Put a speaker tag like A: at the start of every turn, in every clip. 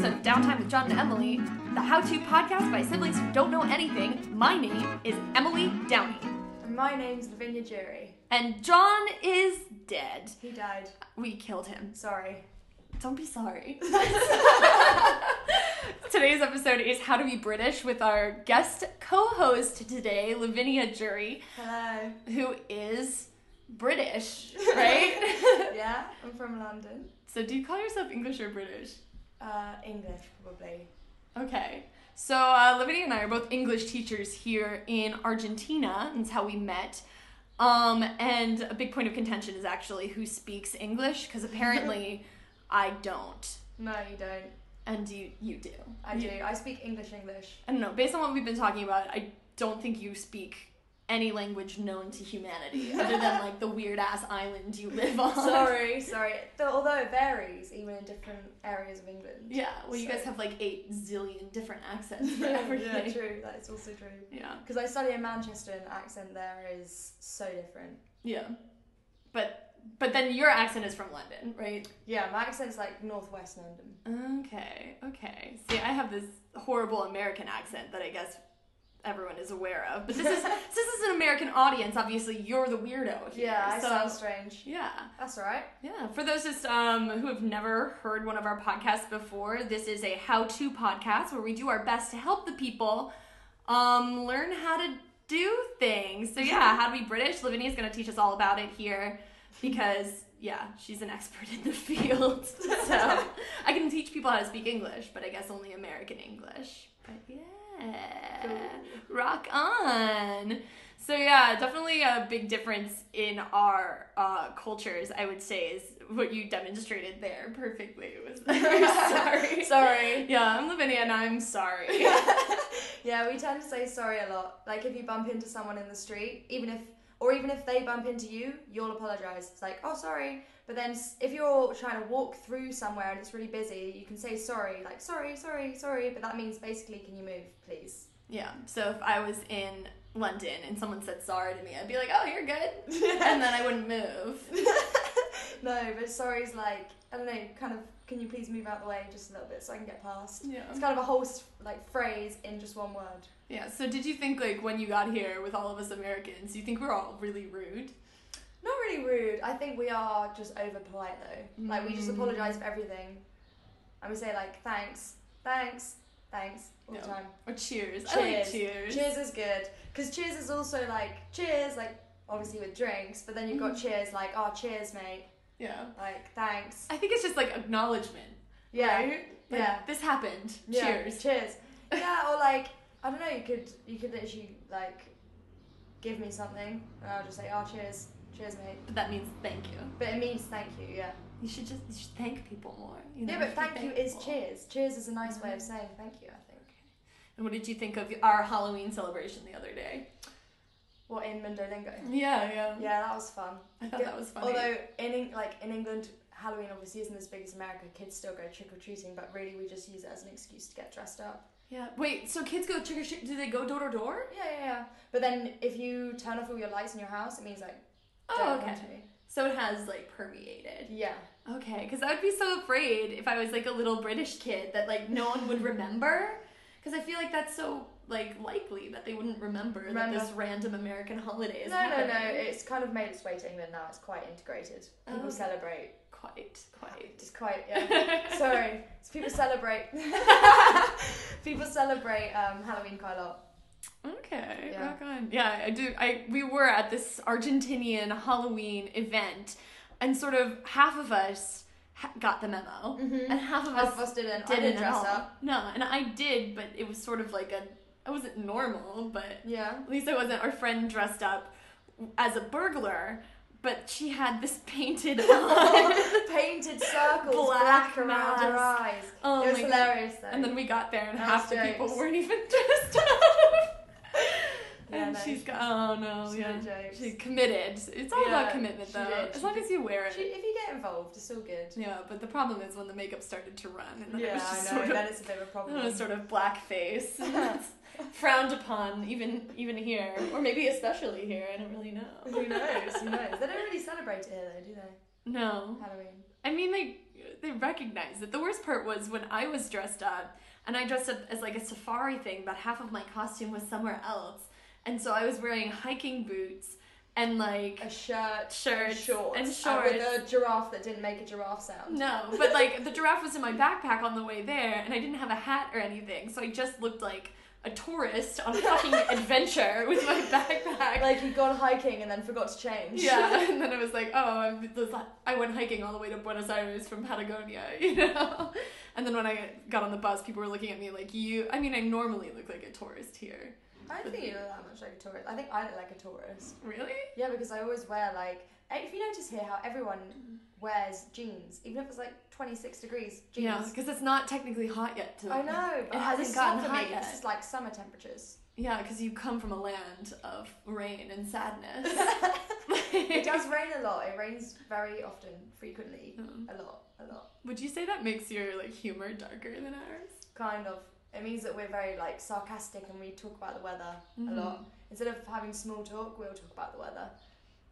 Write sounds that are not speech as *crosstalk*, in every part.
A: with John and Emily, the how to podcast by siblings who don't know anything. My name is Emily Downey,
B: My name's Lavinia Jury.
A: and John is dead.
B: He died.
A: We killed him.
B: Sorry. *laughs*
A: Don't be sorry. *laughs* Today's episode is How to Be British with our guest co host today, Lavinia Jury,
B: Hello.
A: who is British,
B: *laughs*
A: right?
B: yeah, I'm from London.
A: so, do you call yourself English or British?
B: Uh, English, probably.
A: Okay. So, uh, Lavinia and I are both English teachers here in Argentina. and That's how we met. Um, and a big point of contention is actually who speaks English, because
B: *laughs*
A: apparently I don't.
B: No, you don't.
A: And you, you do.
B: I
A: You-
B: do. I speak English, English.
A: I don't know. Based on what we've been talking about, I don't think you speak any language known to
B: *laughs*
A: humanity other than like the weird ass island you live on.
B: *laughs* sorry, sorry. Though, although it varies, even in different areas of England.
A: Yeah. Well, you guys
B: Sorry.
A: have like eight zillion different accents for
B: *laughs* yeah,
A: everything. Yeah.
B: true. That is also true.
A: yeah.
B: Because I study in Manchester, and the accent there is so different.
A: But but then your accent is from London, right?
B: Yeah, my accent's like northwest London.
A: Okay. Okay. See, I have this horrible American accent that I guess everyone is aware of. But this is *laughs* since this is an American audience, obviously you're the weirdo here.
B: *laughs* *laughs* Yeah, I
A: so-
B: sound strange.
A: yeah.
B: That's alright.
A: Yeah, for those just um, who have never heard one of our podcasts before, this is a how-to podcast where we do our best to help the people um, learn how to do things. So yeah, how to be British. Lavinia's going to teach us all about it here because yeah, she's an expert in the field. *laughs* So I can teach people how to speak English, but I guess only American English. But yeah, rock on. So yeah, definitely a big difference in our uh, cultures. I would say is what you demonstrated there perfectly. Was
B: *laughs*
A: sorry,
B: Sorry.
A: Yeah, I'm Lavinia, and I'm
B: *laughs*
A: sorry.
B: yeah, we tend to say sorry a lot. Like if you bump into someone in the street, even if or even if they bump into you, you'll apologize. It's like, "Oh, sorry." But then s- if you're trying to walk through somewhere and it's really busy, you can say sorry, like sorry, sorry, sorry, but that means basically can you move, please? *laughs*
A: yeah. So if I was in London and someone said sorry to me, I'd be like, "Oh, you're
B: *laughs*
A: good," and then I wouldn't move.
B: No, but sorry's like, I don't know, kind of can you please move out the way just a little bit so I can get past?
A: Yeah.
B: It's kind of a whole s- like phrase in just one word.
A: Yeah. So did you think like when you got here with all of us Americans, you think we're all really rude?
B: Not really rude. I think we are just over polite though. Like we just
A: Mm.
B: apologise for everything, and we say like thanks, thanks, thanks all
A: Yeah.
B: the time.
A: Or cheers? I like cheers.
B: Cheers is good because cheers is also like cheers, like obviously with drinks, but then you've
A: Mm.
B: got cheers like oh cheers mate,
A: Yeah.
B: like thanks.
A: I think it's just like acknowledgement.
B: Yeah,
A: Right? Like,
B: yeah.
A: This happened.
B: Yeah,
A: Cheers. *laughs*
B: cheers. Yeah, or like I don't know. You could you could literally like give me something, and I'll just say oh cheers, cheers mate.
A: But that means thank you.
B: But it means thank you. Yeah.
A: You should just you should thank people more. You know?
B: Yeah,
A: You Mm-hmm.
B: but
A: should
B: thank
A: be
B: you is
A: thankful.
B: cheers. Cheers is a nice way of saying thank you, I think.
A: And what did you think of our Halloween celebration the other day?
B: What in Mandolingo?
A: Yeah, yeah.
B: Mm-hmm. Yeah, that was fun.
A: I thought that was funny.
B: Although in Eng- like in England, Halloween obviously isn't as big as America. Kids still go trick or treating, but really we just use it as an excuse to get dressed up.
A: yeah. Wait, so kids go trick or treat? Do they go door to door?
B: Yeah, yeah, yeah. But then if you turn off all your lights in your house, it means like
A: Oh,
B: don't
A: okay.
B: want to.
A: So it has like permeated.
B: Yeah.
A: Okay, because I would be so afraid if I was like a little British kid that like no one would remember.
B: *laughs*
A: Because I feel like that's so like likely that they wouldn't remember,
B: Remember.
A: that this random American holiday is
B: no, no, no.
A: happening.
B: It's kind of made its way to England now. It's quite integrated.
A: Oh,
B: People
A: okay.
B: celebrate.
A: Quite, quite.
B: It's quite yeah.
A: *laughs*
B: Sorry. So people celebrate. *laughs* people celebrate um, Halloween quite a lot.
A: Okay,
B: Yeah.
A: rock on. Yeah, I do. I we were at this Argentinian Halloween event, and sort of half of us ha- got the memo, and half of
B: Mm-hmm. Half
A: us
B: of us didn't. I
A: didn't
B: didn't
A: at
B: dress
A: all.
B: up.
A: No, and I did, but it was sort of like a. I wasn't normal, but *laughs*
B: Yeah.
A: At least I wasn't. Our friend dressed up as a burglar, but she had this *laughs*
B: *laughs*
A: painted on.
B: Painted circles,
A: Black
B: black, around her
A: mask.
B: eyes.
A: Oh
B: it was
A: my God.
B: hilarious though.
A: and then we got there, and
B: That
A: half
B: was
A: the people
B: jokes.
A: weren't even *laughs* dressed up.
B: *laughs* Yeah,
A: and
B: no,
A: she's got, oh no,
B: she
A: yeah.
B: did jokes.
A: She's committed. It's all about
B: Yeah,
A: commitment,
B: she
A: though.
B: did,
A: As
B: she
A: long
B: did.
A: as you wear it.
B: She- if you get involved, it's all good.
A: yeah, but the problem is when the makeup started to run, and then it was just sort *laughs*
B: Then
A: of,
B: it's a bit of a
A: I
B: problem.
A: don't know, sort of *laughs*
B: *laughs*
A: blackface, frowned upon, even even here, or maybe especially here. I don't really know.
B: who knows? Who knows? They don't really celebrate it here though, do they?
A: *laughs* No,
B: Halloween.
A: I mean, they they recognize it. The worst part was when I was dressed up. and I dressed up as like a safari thing, but half of my costume was somewhere else. And so I was wearing hiking boots and like
B: A shirt,
A: shirts
B: shorts,
A: and
B: and
A: shorts.
B: with a giraffe that didn't make a giraffe sound.
A: No, *laughs* but like the giraffe was in my backpack on the way there, and I didn't have a hat or anything, so I just looked like a tourist on a
B: *laughs*
A: fucking adventure with my backpack.
B: Like you'd gone hiking and then forgot to change.
A: yeah, *laughs* and then I was like, oh, I'm, this- I went hiking all the way to Buenos Aires from Patagonia, *laughs* you know? And then when I got on the bus, people were looking at me like, you, I mean, I normally look like a tourist here.
B: *laughs* I don't think you look that much like a tourist. I think I look like a tourist.
A: Really?
B: Yeah, because I always wear like. and If you notice here how everyone
A: Mm.
B: wears jeans, even if it's like 26 degrees, jeans.
A: Yeah, because it's not technically hot yet today.
B: I know, but
A: It
B: uh,
A: hasn't
B: this is
A: gotten
B: not for
A: hot
B: me.
A: yet.
B: This is like summer
A: *laughs*
B: temperatures. *laughs*
A: Yeah, because you come from a land of rain and sadness.
B: *laughs* It does rain a lot. It rains very often, frequently,
A: *laughs* Um,
B: a lot, a lot.
A: Would you say that makes your like humor darker than ours?
B: Kind of. It means that we're very like sarcastic and we talk about the weather a lot. Instead of having small talk, we'll talk about the weather.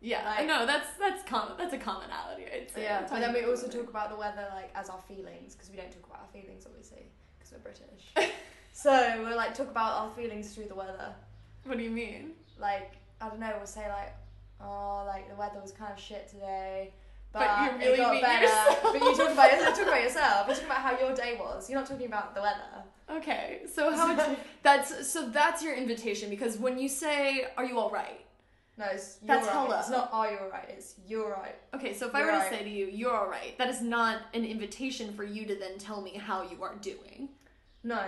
A: Yeah,
B: Like-
A: no, that's that's common. That's a commonality. I'd say.
B: yeah, but
A: Talking
B: then we
A: about
B: also
A: weather.
B: talk about the weather like as our feelings because we don't talk about our feelings obviously because we're
A: *laughs*
B: British. so we'll like talk about our feelings through the weather.
A: What do you mean?
B: Like I don't know, we'll say like, oh, like the weather was kind of shit today. But,
A: But you really
B: it got
A: mean
B: better.
A: yourself.
B: But you talk about yourself. Talk about yourself. You're talking about how your day was. You're not talking about the weather.
A: Okay,
B: *laughs*
A: so how would you, that's so that's your invitation because when you say "Are you all right?"
B: No, it's you're
A: That's
B: right.
A: hello.
B: It's not are you alright. It's you're right.
A: Okay, so if I
B: You're
A: were
B: right.
A: to say to you "You're all right," that is not an invitation for you to then tell me how you are doing.
B: No,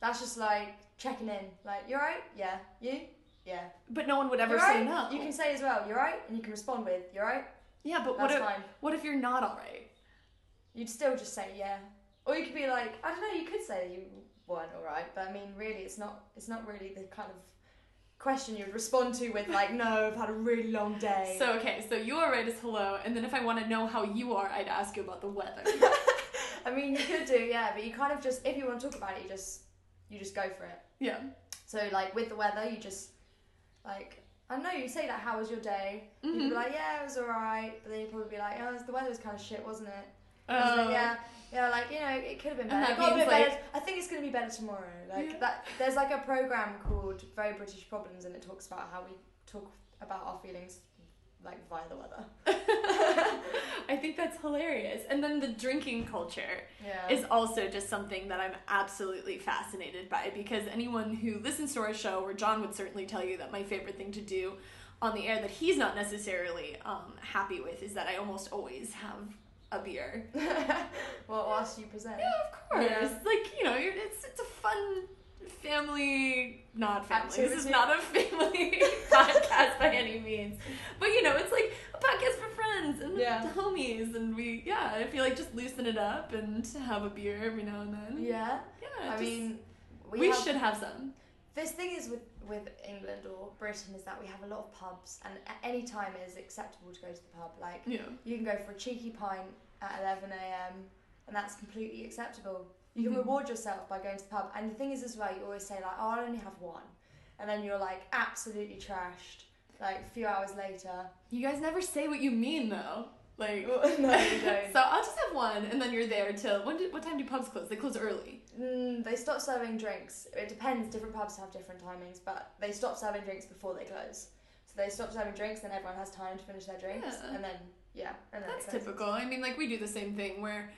B: that's just like checking in. Like you're right. Yeah. You. Yeah.
A: But no one would ever
B: you're
A: say
B: right.
A: no.
B: You can say as well. You're right, and you can respond with you're right.
A: yeah, but what
B: That's
A: if
B: fine.
A: what if you're not all right?
B: You'd still just say yeah. Or you could be like, I don't know, you could say you weren't alright, but I mean really it's not it's not really the kind of question you'd respond to with like, no, I've had a really long day.
A: So okay, so you all right is hello, and then if I want to know how you are, I'd ask you about the
B: *laughs*
A: weather.
B: I mean you could do, yeah, but you kind of just if you want to talk about it, you just you just go for it.
A: yeah.
B: So like with the weather you just like I don't know, you say like how was your day? You'd be
A: Mhm.
B: like, Yeah, it was alright but then you'd probably be like, Oh the weather was kinda shit, wasn't it? And it's like,
A: Oh.
B: *laughs* yeah, yeah, like you know, it could have been
A: And
B: better.
A: that
B: It got a
A: means,
B: bit
A: like-
B: better. I think it's gonna be better tomorrow. Like
A: Yeah.
B: that, there's like a program called Very British Problems, and it talks about how we talk about our feelings, like via the
A: *laughs*
B: weather.
A: I think that's hilarious. And then the drinking culture
B: Yeah. *laughs*
A: is also just something that I'm absolutely fascinated by because anyone who listens to our show, or John would certainly tell you that my favorite thing to do on the air that he's not necessarily um, happy with is that I almost always have a beer.
B: well, whilst you present.
A: Yeah, of course.
B: Yeah.
A: Like you know, you're, it's it's a fun family, not family. This
B: Activity.
A: is not a family *laughs* podcast by any means, but you know, it's like a podcast for friends and
B: Yeah.
A: homies, and we yeah. I feel like just loosen it up and have a beer every now and then.
B: Yeah.
A: yeah.
B: I
A: just-
B: mean, we,
A: we,
B: have,
A: should have some.
B: This thing is with with England or Britain is that we have a lot of pubs, and at any time it is acceptable to go to the pub. Like
A: Yeah.
B: You can go for a cheeky pint at 11 a.m. and that's completely acceptable. You can
A: Mhm.
B: reward yourself by going to the pub. And the thing is, as well, you always say like, "Oh, I'll only have one," and then you're like absolutely trashed. Like a few hours
A: *laughs*
B: later,
A: You guys never say what you mean though. Like.
B: no, you
A: *laughs*
B: don't.
A: so I'll just have one, and then you're there till when? Do, what time do pubs close? They close early.
B: Mm, they stop serving drinks. It depends. Different pubs have different timings, but they stop serving drinks before they close. So they stop serving drinks, then everyone has time to finish their drinks,
A: Yeah.
B: and then yeah, and then it
A: That's
B: closes.
A: typical. I mean, like we do the same thing where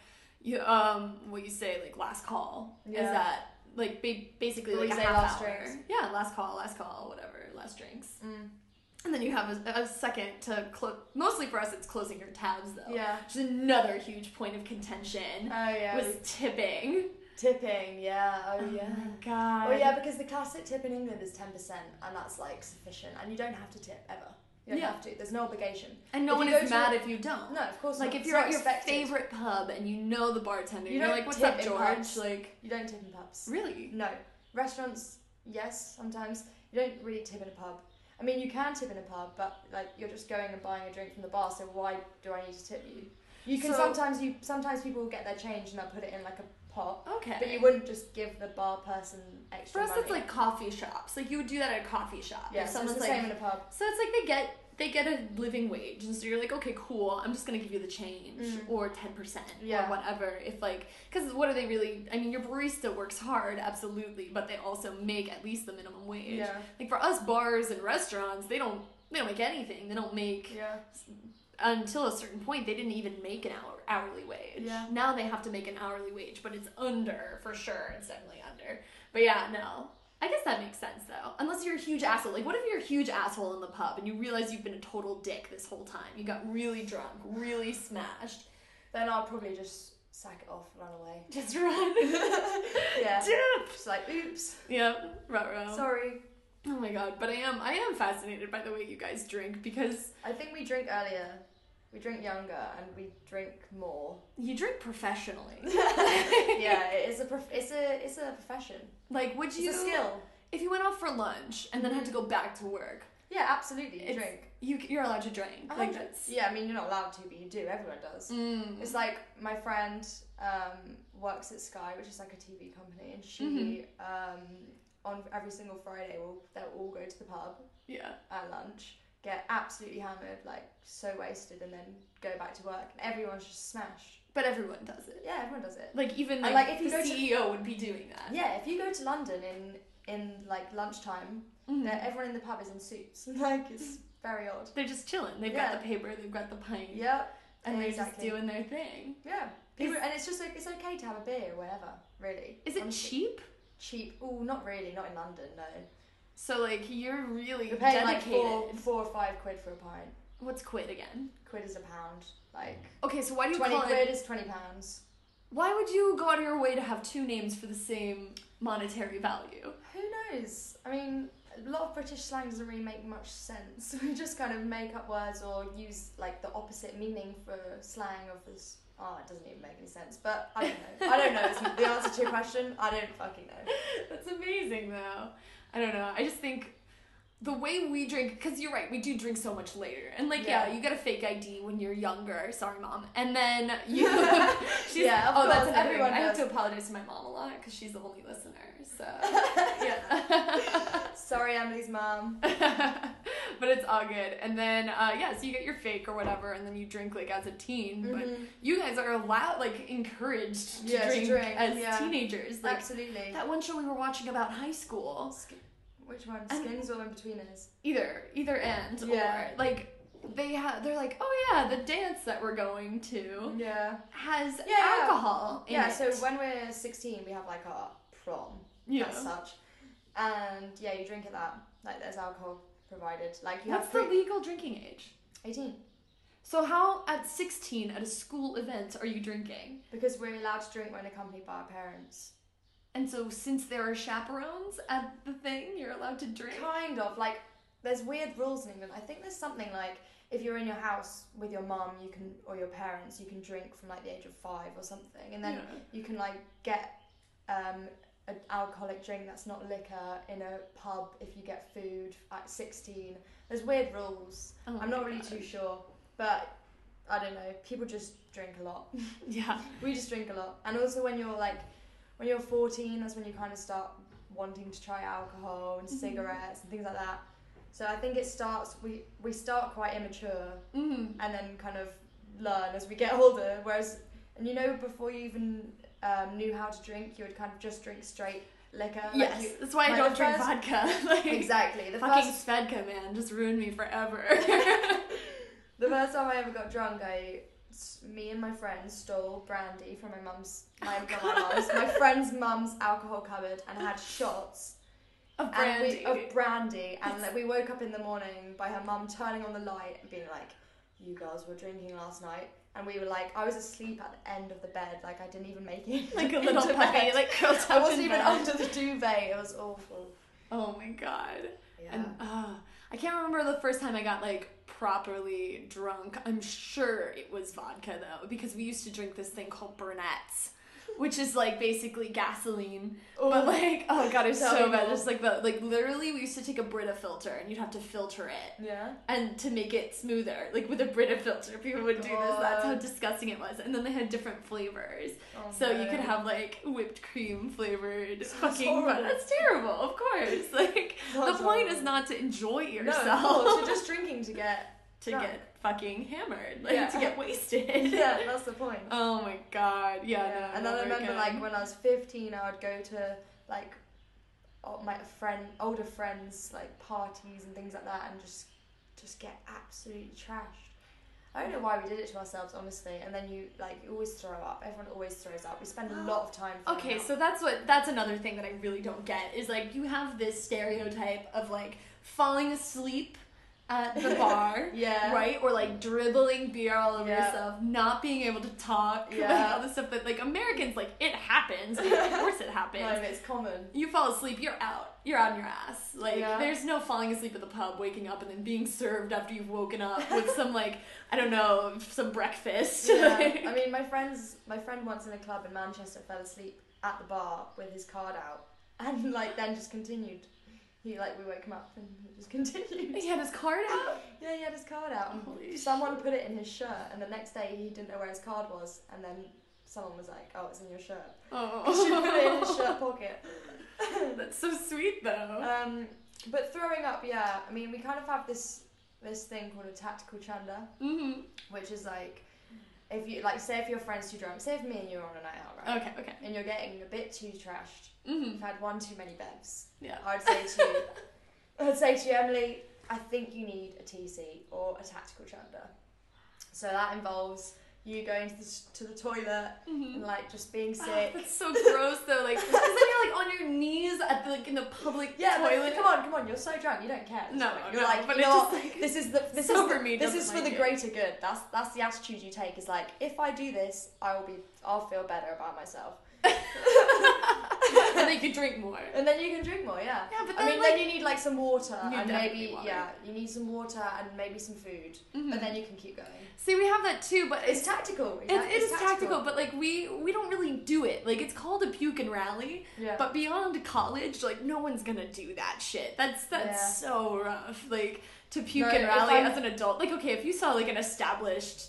A: you um what you say like last call is
B: Yeah.
A: that like ba- basically
B: Or
A: like
B: you
A: a
B: say
A: half
B: last
A: hour.
B: drinks.
A: Yeah, last call, last call, whatever, last drinks,
B: Mm.
A: and then you have a, a second to close. Mostly for us, it's closing your tabs though.
B: Yeah.
A: which is another huge point of contention.
B: Oh yeah.
A: was tipping.
B: Tipping. Yeah. Oh
A: Oh
B: yeah.
A: *laughs* my God.
B: Oh yeah, because the classic tip in England is ten percent, and that's like sufficient, and you don't have to tip ever. You don't
A: Yeah.
B: have to. There's no obligation.
A: And no
B: If
A: one
B: you go
A: is
B: to
A: mad
B: a-
A: if you don't.
B: No, of course.
A: Like
B: not.
A: if
B: It's
A: you're
B: not
A: at your
B: expected.
A: favorite pub and you know the bartender,
B: You
A: you are
B: don't
A: like, "What's
B: tip
A: up,
B: in
A: George?"
B: pubs.
A: Like,
B: you don't tip in pubs.
A: really?
B: No, restaurants, yes, sometimes you don't really tip in a pub. I mean, you can tip in a pub, but like you're just going and buying a drink from the bar, so why do I need to tip you? You can
A: So-
B: sometimes you sometimes people will get their change and they'll put it in like a pot,
A: Okay.
B: but you wouldn't just give the bar person extra.
A: For us,
B: money.
A: it's like coffee shops. Like you would do that at a coffee shop.
B: yeah,
A: if
B: so it's
A: someone's
B: the
A: like,
B: same in a pub.
A: so it's like they get they get a living wage, and so you're like, okay, cool. I'm just gonna give you the change
B: Mm.
A: or ten percent
B: Yeah.
A: or whatever. If like, because what are they really? I mean, your barista works hard, absolutely, but they also make at least the minimum wage.
B: Yeah.
A: Like for us bars and restaurants, they don't they don't make anything. They don't make
B: Yeah.
A: until a certain point they didn't even make an hour hourly wage.
B: Yeah.
A: Now they have to make an hourly wage, but it's under for sure. It's definitely under. But yeah, no. I guess that makes sense though. Unless you're a huge asshole. Like what if you're a huge asshole in the pub and you realize you've been a total dick this whole time? You got really drunk, really smashed.
B: Then I'll probably just sack it off and run *laughs* away.
A: Just run.
B: yeah.
A: Dip.
B: Just like, oops,
A: Yep. Ruh-roh.
B: sorry.
A: Oh my god, but I am I am fascinated by the way you guys drink because
B: I think we drink earlier. We drink younger and we drink *laughs* more.
A: you drink
B: *laughs*
A: professionally.
B: Yeah, it's a prof- it's a it's a profession.
A: Like, would
B: It's
A: you
B: a skill.
A: if you went off for lunch and then had to go back to work?
B: Yeah, absolutely. You
A: It's-
B: drink.
A: You you're allowed to drink.
B: A
A: Like
B: hundred.
A: that's
B: Yeah, I mean you're not allowed to, but you do. Everyone does.
A: Mm.
B: It's like my friend um, works at Sky, which is like a TV company, and she um, on every single Friday will they'll all go to the pub
A: yeah.
B: at lunch, get absolutely hammered, like so wasted, and then go back to work. And everyone's just smashed.
A: But everyone does it.
B: Yeah, everyone does it.
A: Like even like,
B: And, like, if
A: the
B: you go to-
A: CEO would be doing that.
B: Yeah, if you go to London in in like lunchtime,
A: Mhm.
B: then everyone in the pub is in suits. *laughs* Like it's very odd.
A: They're just chilling. They've
B: Yeah.
A: got the paper. They've got the pint.
B: Yeah,
A: And they're
B: exactly.
A: just doing their thing.
B: yeah. People, and it's just like it's okay to have a beer or whatever. Really.
A: Is it
B: Honestly.
A: cheap?
B: cheap? Oh, not really. Not in London, no.
A: So like you're really
B: You're paying like
A: dedicated.
B: four, four or five quid for a pint.
A: What's quid again?
B: Quid is a pound. Like
A: Okay, so why do you
B: twenty
A: call it?
B: quid is twenty pounds.
A: Why would you go out of your way to have two names for the same monetary value?
B: Who knows? I mean, a lot of British slang doesn't really make much sense. *laughs* We just kind of make up words or use like the opposite meaning for slang of this. Oh, it doesn't even make any sense. But I don't know. I don't know. Is *laughs* the answer to your question? I don't fucking know.
A: That's amazing, though. I don't know. I just think the way we drink, because you're right, we do drink so much later. And like, yeah,
B: Yeah.
A: you get a fake ID when you're younger. Sorry, mom. And
B: *laughs*
A: then you, *laughs* she's,
B: Yeah, of
A: oh, that's
B: course,
A: another
B: everyone
A: thing. I have
B: does.
A: to apologize to my mom a lot because she's the only listener.
B: *laughs*
A: So yeah. *laughs*
B: Sorry, Emily's mum.
A: but it's all good. And then uh, yeah, so you get your fake or whatever, and then you drink like as a teen. But
B: Mhm.
A: you guys are allowed, like, encouraged to,
B: Yeah, to
A: drink,
B: drink,
A: as
B: yeah.
A: teenagers. Like
B: Absolutely.
A: that one show we were watching about high school.
B: Which one?
A: And-
B: Skins or in between us?
A: either either end
B: Yeah.
A: or like they have they're like oh yeah the dance that we're going to
B: Yeah.
A: has
B: Yeah.
A: alcohol Oh. in
B: Yeah,
A: it.
B: so when we're 16, we have like our prom
A: yeah
B: as such. And yeah, you drink at that. Like there's alcohol provided. Like you
A: what's
B: have
A: the
B: pre-
A: legal drinking age
B: 18
A: so how at 16 at a school event are you drinking
B: because we're allowed to drink when accompanied by our parents.
A: and so since there are chaperones at the thing you're allowed to drink
B: Kind of like there's weird rules in England. I think there's something like if you're in your house with your mum, you can or your parents, you can drink from like the age of 5 or something. And then
A: Yeah.
B: you can like get um an alcoholic drink that's not liquor in a pub if you get food at 16. There's weird rules.
A: Oh
B: I'm
A: my
B: not really
A: God.
B: too sure, but I don't know. People just drink a lot. *laughs*
A: yeah
B: we just drink a lot, and also when you're like, when you're 14, that's when you kind of start wanting to try alcohol and
A: Mhm.
B: cigarettes and things like that. So I think it starts. We we start quite immature,
A: mm.
B: and then kind of learn as we get *laughs* older. Whereas, and you know, before you even um, knew how to drink, you would kind of just drink straight liquor. like
A: yes *laughs*
B: you-
A: that's why i
B: like
A: don't
B: the
A: drink
B: first-
A: vodka *laughs* like
B: exactly. The
A: fucking
B: first
A: svedka man just ruined me
B: *laughs*
A: forever
B: The first time I ever got drunk, I, s- me and my friends stole brandy from my mum's, my, not my mum's, my friend's mum's alcohol cupboard, and had shots
A: of
B: and
A: brandy
B: we, oh. of brandy. And like, we woke up in the morning by her mum turning on the light and being like, "You girls were drinking last night," and we were like, "I was asleep at the end of the bed, like I didn't even make
A: *laughs*
B: it,
A: like a
B: *laughs*
A: little
B: into
A: puppy
B: bed.
A: like curled up
B: I wasn't
A: in
B: even
A: bed.
B: under the duvet. It was awful.
A: Oh my god.
B: Yeah,
A: And uh, I can't remember the first time I got like properly drunk. I'm sure it was vodka though, because we used to drink this thing called Burnett's,
B: *laughs*
A: which is like basically gasoline. But like, oh god, it's
B: Tell
A: so
B: me
A: bad.
B: more.
A: Just like the like literally, we used to take a Brita filter and you'd have to filter it
B: *laughs* yeah,
A: and to make it smoother, like with a Brita filter. People would do this. That's how
B: God.
A: disgusting it was. And then they had different flavors.
B: Oh,
A: So you
B: no.
A: could have like whipped cream flavored
B: Sounds
A: fucking.
B: horrible.
A: That's terrible, of course. *laughs* Like the
B: Sounds
A: point
B: horrible.
A: is not to enjoy
B: No,
A: yourself. *laughs*
B: of course, you're just drinking to get
A: to
B: Drunk.
A: get fucking hammered, like
B: Yeah.
A: to get wasted.
B: *laughs* yeah, that's the point.
A: *laughs* Oh my god. Yeah. No,
B: and then I
A: never
B: remember
A: again.
B: like when I was 15, I would go to like o- my friend, older friends, like parties and things like that, and just just get absolutely trashed. I don't know why we did it to ourselves, honestly. And then you like you always throw up. Everyone always throws up. We spend a lot of time. throwing
A: Okay,
B: up.
A: so that's what that's another thing that I really don't get is like you have this stereotype of like falling asleep at
B: *laughs*
A: the bar,
B: *laughs* yeah,
A: *laughs* right? Or like dribbling beer all over
B: Yeah.
A: yourself, not being able to talk, *laughs* like
B: Yeah.
A: all this stuff that like Americans like it happens.
B: *laughs*
A: Like, of course it happens.
B: No, it's common.
A: *laughs* You fall asleep, you're out. You're on your ass. Like
B: Yeah.
A: there's no falling asleep at the pub, waking up and then being served after you've woken up with *laughs* some like I don't know, some breakfast. *laughs*
B: Yeah. I mean, my friends, my friend once in a club in Manchester fell asleep at the bar with his card out, and like then just continued. He like we woke him up and he just *laughs* continued.
A: he had his card out.
B: Yeah, he had his card out. and
A: Holy
B: *laughs* someone
A: shit.
B: put it in his shirt, and the next day he didn't know where his card was, and then someone was like, "Oh, it's in your shirt." *laughs*
A: *laughs*
B: She put it in his
A: Oh.
B: shirt pocket.
A: That's so sweet though.
B: Um, but throwing up, yeah. I mean, we kind of have this this thing called a tactical chanda,
A: hmm
B: which is like if you like say if your friend's too drunk, say if me and you are on a night out, right?
A: Okay, okay.
B: And you're getting a bit too trashed.
A: hmm
B: You've had one too many bevs.
A: Yeah.
B: I'd say to
A: *laughs*
B: you, I'd say to you, Emily, I think you need a TC or a tactical chanda. So that involves you going to the, s- to the toilet and
A: hmm
B: like just being
A: Oh,
B: sick.
A: that's so gross though. *laughs* Like, because then you're like on your knees at the like in the public
B: *laughs* yeah, but
A: toilet. *laughs*
B: come on, come on, you're so drunk, you don't care. at this
A: No,
B: point.
A: no,
B: you're like,
A: but
B: you
A: it's
B: know
A: just
B: what?
A: like-
B: this is the this is
A: Sober
B: the,
A: me
B: this
A: doesn't
B: is for
A: like
B: the
A: it.
B: greater good. That's that's the attitude you take. Is like if I do this, I will be I'll feel better about myself,
A: and then you can drink more.
B: and then you can drink more. Yeah.
A: Yeah, but then
B: I mean,
A: like,
B: then you need like some water
A: You
B: and
A: definitely
B: maybe
A: water.
B: yeah, you need some water and maybe some food,
A: mhm.
B: but then you can keep going.
A: see, we have that too, but it's.
B: It's tactical.
A: It, it is tactical, but like we we don't really do it. Like it's called a puke and rally,
B: yeah.
A: but beyond college, like no one's gonna do that shit. That's that's
B: Yeah.
A: so rough. Like to puke
B: No,
A: and
B: if
A: rally
B: I'm-
A: as an adult. Like okay, if you saw like an established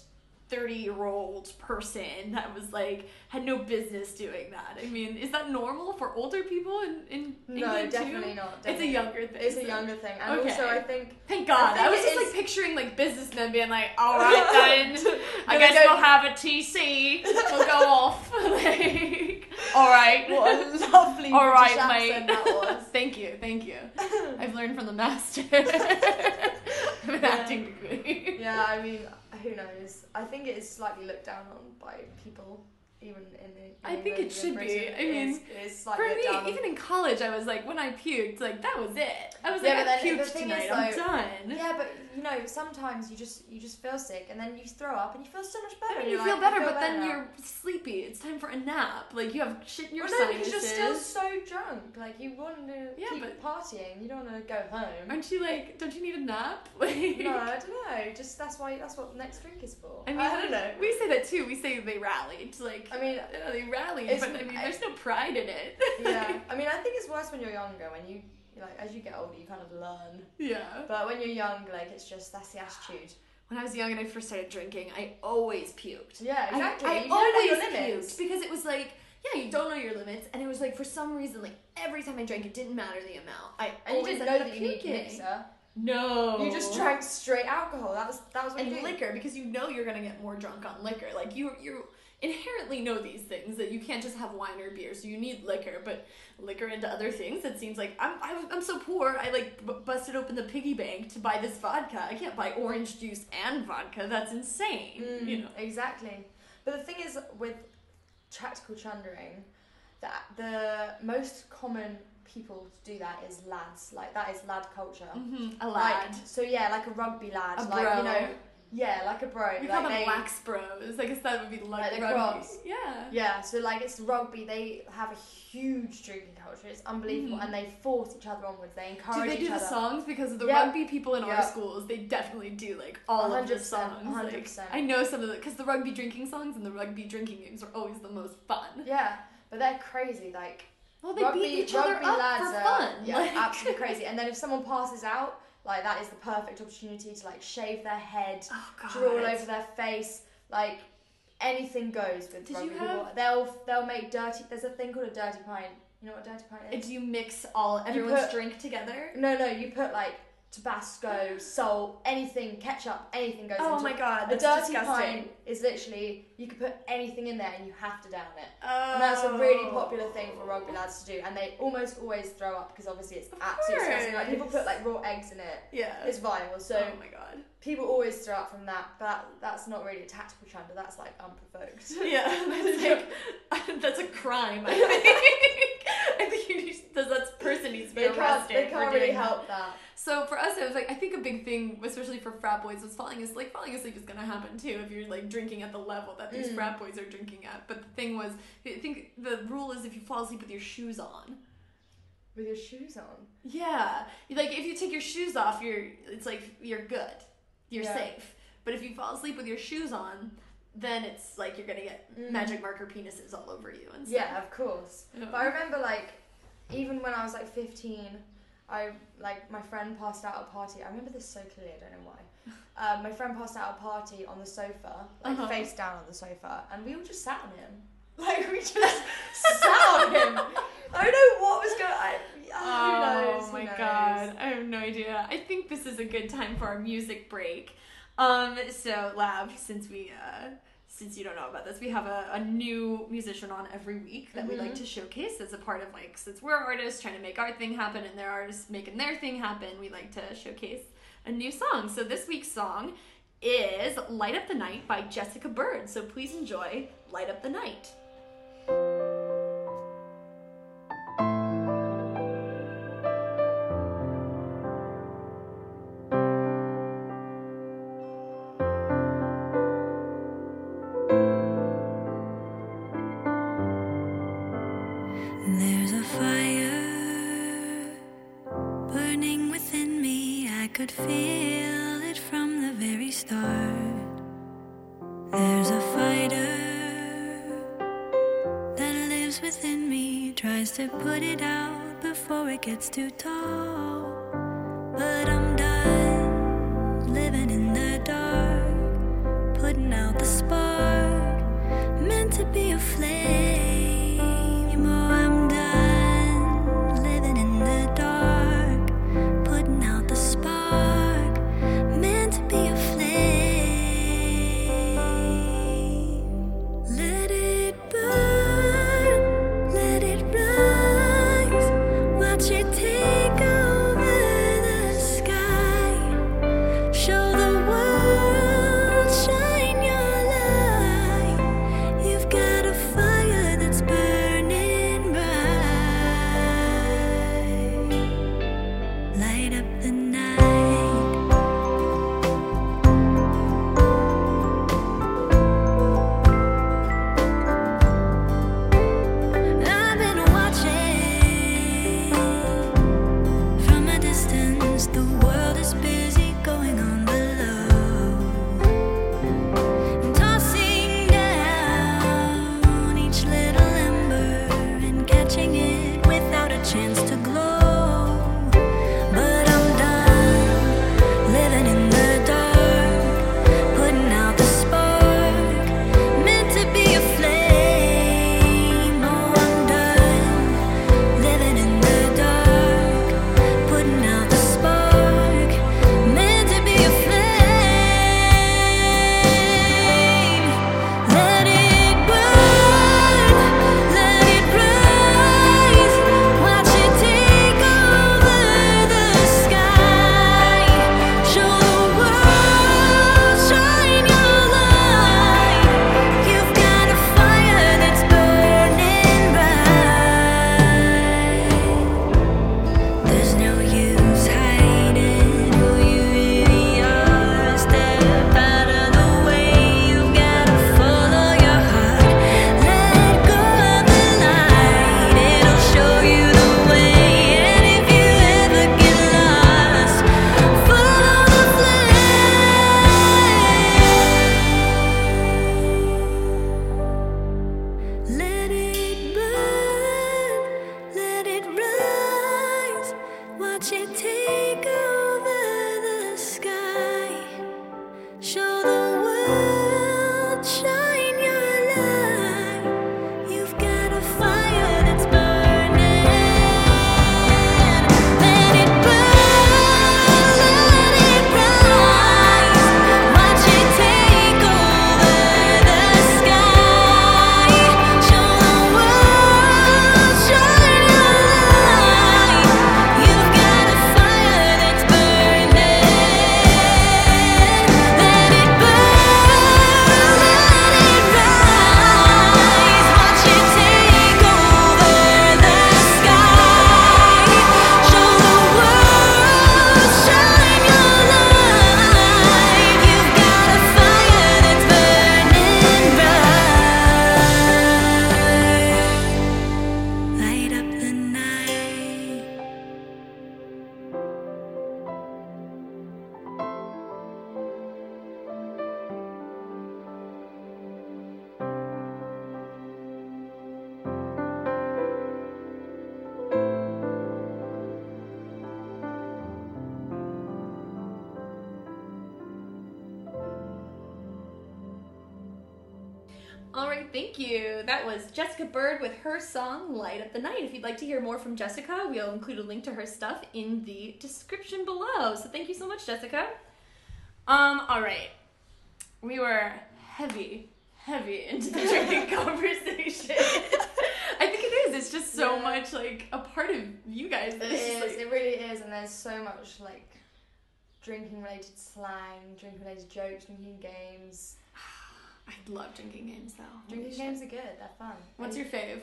A: thirty year old person that was like had no business doing that. I mean, is that normal for older people in in
B: no,
A: England
B: definitely
A: too?
B: not.
A: It's a
B: definitely.
A: younger thing.
B: It's a
A: so-
B: younger thing, and
A: Okay.
B: also I think
A: Thank God.
B: I
A: I, was
B: think
A: just
B: it
A: like picturing like businessmen being
B: *laughs*
A: like, *laughs* "All right then, I
B: No,
A: guess
B: they
A: we'll
B: don't-
A: have a TC. We'll go off." *laughs* like, all *laughs* right.
B: *laughs* what a lovely
A: All right,
B: British
A: mate.
B: accent
A: *laughs*
B: that was.
A: Thank you, thank
B: *laughs*
A: you. I've learned from the master. I have an
B: Yeah.
A: *laughs* acting degree.
B: yeah, I mean, who knows? I think it is slightly looked down on by people, even in the. In
A: I think
B: England
A: it
B: and
A: should be.
B: Britain.
A: I
B: It is-
A: mean,
B: it is
A: For
B: slightly looked down
A: me,
B: on.
A: even in college, I was like, when I puked, like that was it. I was
B: Yeah,
A: like,
B: but
A: I
B: then the
A: puked
B: thing
A: tonight.
B: is,
A: I'm
B: though,
A: done.
B: Yeah, but you know, sometimes you just you just feel sick, and then you throw up, and you feel so much better.
A: I mean,
B: and
A: you
B: you're
A: feel
B: like, I
A: better, but then
B: now.
A: you're sleepy. It's time for a nap. Like you have shit in your
B: well, no, because you're
A: sinuses.
B: still so drunk. Like you want to
A: Yeah,
B: keep
A: but-
B: partying. You don't want to go home.
A: Aren't you like? Don't you need a nap? *laughs* Like,
B: No, I don't know. Just that's why that's what the next drink is for.
A: I mean,
B: don't know.
A: We say that too. We say they rallied. Like,
B: I mean,
A: yeah, they rallied,
B: It's-
A: but I mean, there's no pride in it.
B: yeah. I mean, I think it's worse when you're younger. When you like, as you get older, you kind of learn.
A: *laughs* yeah.
B: But when you're young, like it's just that's the attitude.
A: When I was young and I first started drinking, I always puked.
B: Yeah,
A: I-
B: exactly.
A: I,
B: you
A: always
B: don't know your limits.
A: puked because it was like, yeah, you don't know your limits, and it was like for some reason, like every time I drank, it didn't matter the amount. I
B: And you
A: always
B: didn't know
A: ended up
B: that you need
A: puking.
B: mixer.
A: No,
B: You just drank straight alcohol. That was that was what
A: and
B: you did.
A: liquor because you know you're gonna get more drunk on liquor. Like you you inherently know these things that you can't just have wine or beer, so you need liquor. But liquor into other things, it seems like I'm I'm, I'm so poor. I like b- busted open the piggy bank to buy this vodka. I can't buy orange juice and vodka. That's insane. *laughs*
B: Mm,
A: You know.
B: Exactly. But the thing is, with tactical chundering, that the most common people to do that is lads. Like that is lad culture.
A: Mhm, A
B: Mm-hmm. Like,
A: lad.
B: so yeah, like a rugby lad.
A: a
B: like
A: bro.
B: you know, yeah, like a bro.
A: we
B: like
A: call them
B: they,
A: lax bros. I guess that would be like,
B: Like the
A: rugby.
B: cross.
A: Yeah.
B: Yeah, so like it's rugby. They have a huge drinking culture. It's unbelievable,
A: Mhm.
B: and they force each other onwards. They
A: Do
B: encourage
A: they do
B: each
A: the
B: other.
A: songs? Because of the
B: Yeah.
A: rugby people in our
B: Yeah.
A: schools, they definitely do like all of the
B: 100%,
A: songs.
B: 100%.
A: Like, I know some of the because the rugby drinking songs and the rugby drinking games are always the most fun.
B: Yeah, but they're crazy. Like
A: Well, they
B: rugby,
A: beat each
B: rugby
A: other up
B: lads
A: for
B: are
A: fun.
B: yeah,
A: like, *laughs*
B: *laughs* absolutely crazy. And then if someone passes out, like that is the perfect opportunity to like shave their head,
A: Oh god.
B: draw all over their face, like. Anything goes with
A: Did you
B: rugby.
A: have-
B: people. They'll they'll make dirty. There's a thing called a dirty pint. You know what dirty pint is?
A: Do you mix all everyone's
B: put-
A: drink together?
B: No, no, you put like Tabasco, salt, anything, ketchup, anything goes
C: Oh
B: into
C: my
B: it.
C: god,
B: A
C: that's
B: dirty
C: disgusting.
B: pint is literally you could put anything in there and you have to down it.
C: Oh.
B: And that's a really popular thing for rugby lads to do, and they almost always throw up because obviously it's absolutely disgusting. Like people put like raw eggs in
A: Oh.
B: it.
C: Yeah.
B: It's vile, so
C: oh my god.
A: *laughs*
B: people always throw up from that. But that, that's not really a tactical chunder. That's like unprovoked.
C: *laughs*
B: *laughs*
C: Yeah, that's like
A: *laughs* that's a crime. I think. *laughs* I think you need, does that person needs to be
B: They can't,
A: arrested.
B: they
A: for
B: can't really
A: doing that.
B: help that.
A: So for us, it was like I think a big thing, especially for frat boys, was falling asleep. Falling asleep is gonna happen too if you're like drinking at the level that these
B: Mm.
A: frat boys are drinking at. But the thing was, I think the rule is if you fall asleep with your shoes on.
B: With your shoes on.
A: Yeah, like if you take your shoes off, you're it's like you're good, you're
B: Yeah.
A: safe. But if you fall asleep with your shoes on, then it's like you're gonna get
B: Mm.
A: magic marker penises all over you and stuff.
B: Yeah, of course.
A: Yeah.
B: But I remember like even when I was like 15, I like my friend passed out at a party. I remember this so clearly. I don't know why.
A: *laughs*
B: Um, my friend passed out at a party on the sofa, like
A: Uh-huh.
B: face down on the sofa, and we all just sat on him.
A: *laughs*
B: Like we just sat on *laughs* him. I don't know what was going. I, I- who knows?
A: Oh
B: who
A: my
B: knows? *laughs*
A: god, I have no idea. I think this is a good time for our music break. Um, so Lav, since we uh, since you don't know about this, we have a, a new musician on every week that we like
B: Mm-hmm.
A: to showcase as a part of like since we're artists trying to make our thing happen and they're artists making their thing happen, we like to showcase a new song. So this week's song is Light Up the Night by Jessica Bird. So please enjoy Light Up the Night.
D: There's a fire burning within me. I could feel it from the very start. There's a fighter that lives within me, tries to put it out before it gets too tall. But I'm done living in the dark, putting out the spark meant to be a flame. Oh, I'm done living in the dark, putting out the spark. Meant to be a flame. Let it burn, let it rise. Watch it take over the sky. Oh,
A: All right, thank you. That was Jessica Bird with her song Light Up the Night. If you'd like to hear more from Jessica, we'll include a link to her stuff in the description below. So thank you so much, Jessica. Um, all right. We were heavy, heavy into
B: *laughs*
A: the drinking conversation. I think it is. It's just so
B: Yeah.
A: much like a part of you guys.
B: It
A: that it's just,
B: is.
A: like-
B: It really is, and there's so much like drinking related slang, drinking related jokes, drinking games.
A: I love drinking games though.
B: Drinking games are good. They're fun.
A: Oh, What's
B: And-
A: your fave?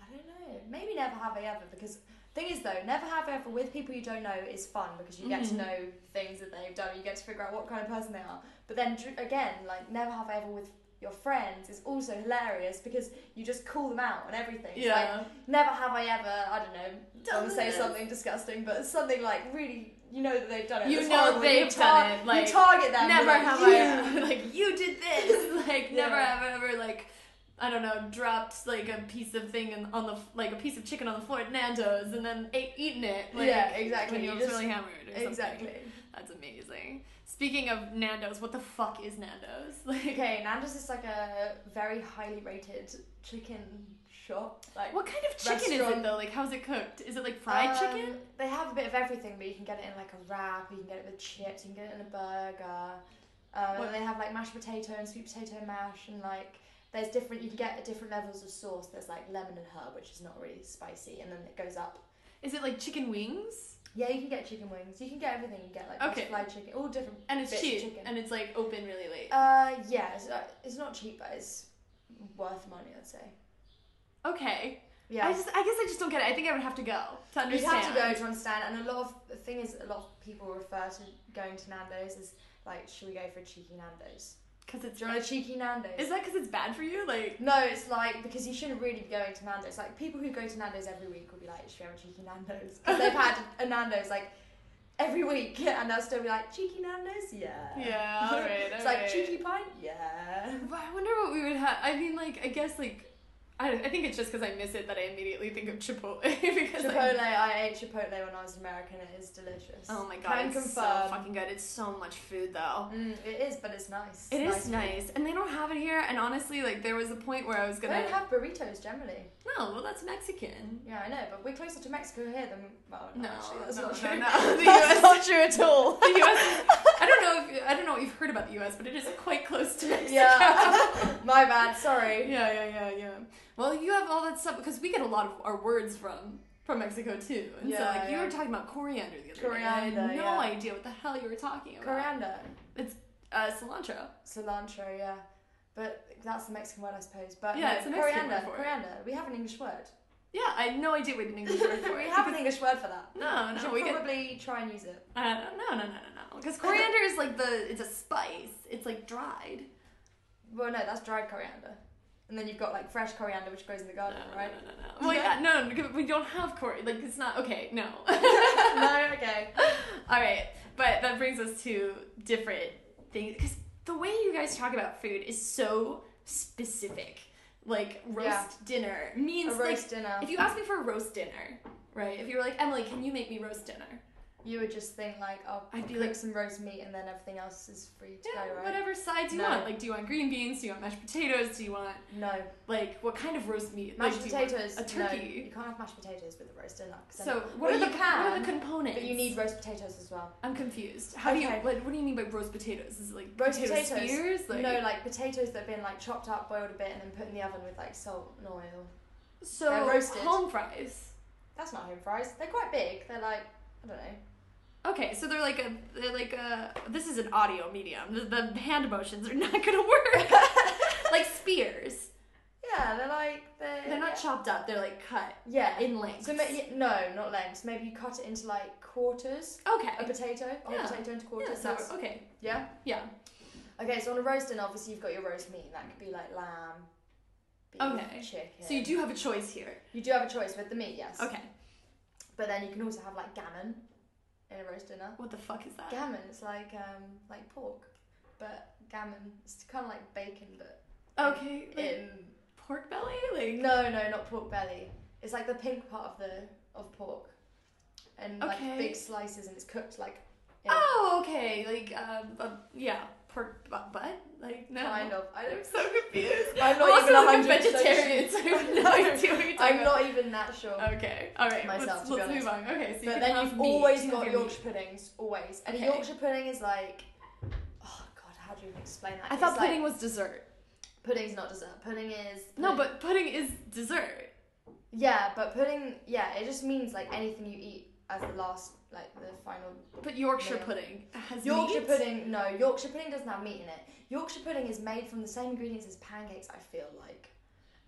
B: I don't know. Maybe never have I ever because thing is though, never have I ever with people you don't know is fun because you get
A: Mhm.
B: to know things that they've done. You get to figure out what kind of person they are. But then dr- again, like never have I ever with your friends is also hilarious because you just call them out on everything. It's like, Never have I ever, I don't know,
A: Done
B: want to say
A: this.
B: something disggusting, but something like really, you know that they've done it.
A: You
B: It's
A: know
B: horrible.
A: they've
B: you
A: done it, like,
B: you target them.
A: never
B: like,
A: have
B: you.
A: I
B: *laughs*
A: ever, *laughs* like you did this. *laughs* Like never
B: Yeah.
A: have I ever like I don't know dropped like a piece of thing in, on the f- like a piece of chicken on the floor at Nando's and then ate, eaten it. Like,
B: Yeah, exactly.
A: When you
B: You
A: was
B: just-
A: really hammered. Or something.
B: Exactly.
A: That's amazing. Speaking of Nando's, what the fuck is Nando's? *laughs* Like,
B: Okay, Nando's is like a very highly rated chicken shop. Like
A: what kind of chicken is it
B: Restaurant.
A: though? Like, how's it cooked? Is it like fried
B: Um,
A: chicken?
B: They have a bit of everything, but you can get it in like a wrap, you can get it with chips, you can get it in a burger. Um,
A: What-
B: and they have like mashed potato and sweet potato mash, and like there's different. You can get different levels of sauce. There's like lemon and herb, which is not really spicy, and then it goes up.
A: Is it like chicken wings?
B: Yeah, you can get chicken wings. You can get everything. You can get like
A: Okay.
B: fried chicken, all different.
A: And it's
B: bits of
A: cheap
B: chicken.
A: and it's like open really late.
B: Uh, yeah, it's, uh, it's not cheap, but it's worth money. I'd say.
A: okay.
B: Yeah,
A: I just, I guess I just don't get it. I think I would have to go to
B: You'd
A: understand.
B: have to go to understand, and a lot of the thing is, a lot of people refer to going to Nando's as like, should we go for a cheeky Nando's?
A: because it's
B: Do you want a cheeky Nando's?
A: Is that because it's bad for you? Like,
B: no, it's like because you shouldn't really be going to Nando's. Like people who go to Nando's every week will be like, should we have a cheeky Nando's? Because they've had a Nando's like every week, *laughs* and they'll still be like, cheeky Nando's, yeah.
A: *laughs* yeah, all right,
B: it's
A: all
B: like
A: right.
B: cheeky pint, yeah.
A: *laughs* But I wonder what we would have. I mean, like, I guess like, I, I think it's just because I miss it that I immediately think of Chipotle *laughs* because I'm-
B: Chipotle, I ate Chipotle when I was American. It is delicious.
A: oh my god,
B: Can
A: it's so
B: confirm.
A: fucking good. It's so much food though.
B: Mm, it is, but it's nice.
A: It is
B: food.
A: nice, and they don't have it here. And honestly, like, there was a point where I was
B: They
A: gonna.
B: don't have burritos generally.
A: no, well, that's Mexican.
B: Yeah, I know, but we're closer to Mexico here than well, no,
A: No,
B: actually, that's
A: no,
B: not
A: no,
B: true.
A: no. *laughs* The US
B: That's not true at all.
A: *laughs* The US, I don't know
B: *laughs*
A: if I don't know what you've heard about the U.S., but it is quite close to Mexico. *laughs*
B: yeah, *laughs* my bad. Sorry.
A: Yeah, yeah, yeah, yeah. Well, you have all that stuff because we get a lot of our words from from Mexico too, and
B: Yeah,
A: so like you
B: yeah.
A: were talking about coriander the other day. and I had
B: Coriander,
A: no
B: yeah.
A: idea what the hell you were talking about.
B: Coriander,
A: uh, cilantro.
B: cilantro, yeah, but that's the Mexican word, I suppose. But
A: Yeah,
B: no,
A: it's a Mexican
B: coriander,
A: word for it.
B: coriander. We have an English word.
A: Yeah, I had no idea we had an *laughs* English word for it.
B: *laughs* we have an English word for
A: *laughs*
B: that.
A: No,
B: We
A: no,
B: should
A: we get
B: probably try and use it.
A: uh, no, no, no, no, no. Because coriander is like the it's a spice. It's like dried.
B: Well, no, that's dried coriander, and then you've got like fresh coriander, which grows in the
A: No,
B: garden,
A: no,
B: right?
A: no, no, no. Well, yeah, no, no, we don't have cori. Like it's not okay. No.
B: *laughs* *laughs*
A: *laughs*
B: no, okay.
A: All right, but that brings us to different things because the way you guys talk about food is so specific. Like roast
B: Yeah.
A: dinner
B: A
A: means like
B: roast dinner.
A: if you ask me for a roast dinner, right? If you were like Emily, can you make me roast dinner?
B: You would just think like, oh,
A: I'd
B: I'd
A: be
B: be cook
A: like-
B: some roast meat, and then everything else is free to
A: Yeah,
B: go, right?
A: whatever sides you
B: No.
A: want. Like, do you want green beans? Do you want mashed potatoes? Do you want
B: No,
A: like what kind of roast meat?
B: mashed
A: Like, do you want
B: potatoes.
A: a
B: No, you
A: turkey.
B: can't have mashed potatoes with a roast dinner. 'cause then-
A: So what
B: Well,
A: are the
B: you
A: what are
B: can,
A: the components?
B: but you need roast potatoes as well.
A: I'm confused. How do you
B: Okay.
A: what, what do you mean by roast potatoes? Is it like
B: Roast
A: potato
B: potatoes.
A: spears? Like,
B: no, like potatoes that have been like chopped up, boiled a bit, and then put in the oven with like salt and oil.
A: so
B: they're roasted.
A: home fries.
B: That's not home fries. They're quite big. They're like I
A: *laughs*
B: don't know.
A: Okay, so they're like a they're like a this is an audio medium. The, the hand motions are *laughs* not gonna work. *laughs* like spears,
B: Yeah, they're like they're,
A: they're not chopped up. They're like cut
B: Yeah.
A: in lengths.
B: so ma- yeah, no, not lengths. Maybe you cut it into like quarters.
A: okay,
B: A potato, a whole
A: Yeah.
B: potato into
A: yeah,
B: quarters.
A: so-
B: that's-
A: okay,
B: yeah.
A: yeah.
B: Okay, so on a roast dinner, obviously you've got your roast meat. That could be like lamb, beef,
A: Okay.
B: chicken.
A: So you do have a choice here.
B: You do have a choice with the meat, yes.
A: Okay,
B: But then you can also have like gammon in a roast dinner.
A: what the fuck is that?
B: Gammon is like um like pork, but gammon it's kind of like bacon, but
A: Okay, like
B: in
A: pork belly, like
B: no no not pork belly. It's like the pink part of the of pork, and
A: Okay.
B: like big slices, and it's cooked like. in a-
A: oh okay, like um uh, yeah, per, but, but like no.
B: Kind of. I
A: I'm *laughs*
B: don't.
A: so confused.
B: I'm
A: I'm
B: not
A: also
B: even
A: like a
B: 100% sure.
A: vegetarian, so *laughs* I have no idea what you're talking
B: I'm
A: about.
B: not even that sure.
A: Okay, all right.
B: Myself,
A: let's
B: to be
A: let's move on. Okay, so you
B: but
A: can
B: then
A: have
B: you've
A: meat.
B: always
A: You can
B: got
A: have your
B: Yorkshire puddings, always. And
A: Okay.
B: a Yorkshire pudding is like, oh god, how do you even explain that?
A: I thought
B: It's
A: pudding
B: Like,
A: was dessert.
B: pudding's not dessert. Pudding is
A: No,
B: pudding.
A: but pudding is dessert.
B: yeah, but pudding yeah, it just means like anything you eat as the last like the final.
A: But Yorkshire
B: Yeah.
A: pudding has
B: Yorkshire
A: meat?
B: pudding no Yorkshire pudding doesn't have meat in it. Yorkshire pudding is made from the same ingredients as pancakes. I feel like,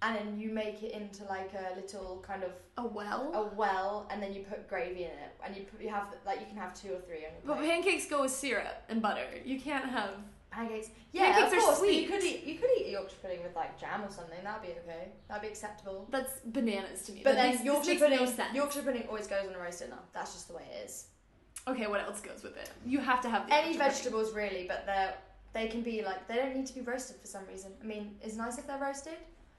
B: and then you make it into like a little kind of
A: A well.
B: a well, and then you put gravy in it, and you put, you have like you can have two or three. On your
A: But
B: plate.
A: pancakes go with syrup and butter. You can't have.
B: Pancakes. Yeah,
A: Pancakes
B: of
A: are
B: course. but
A: sweet.
B: You could eat you could eat a Yorkshire pudding with like jam or something. That'd be okay. That'd be acceptable.
A: That's bananas to me.
B: But
A: That
B: then
A: makes, this
B: Yorkshire
A: makes
B: pudding,
A: no sense.
B: Yorkshire pudding always goes on a roast dinner. That's just the way it is.
A: Okay, what else goes with it? You have to have the
B: Any
A: Yorkshire pudding.
B: vegetables really, but they're they can be like they don't need to be roasted for some reason. I mean, it's nice if they're roasted,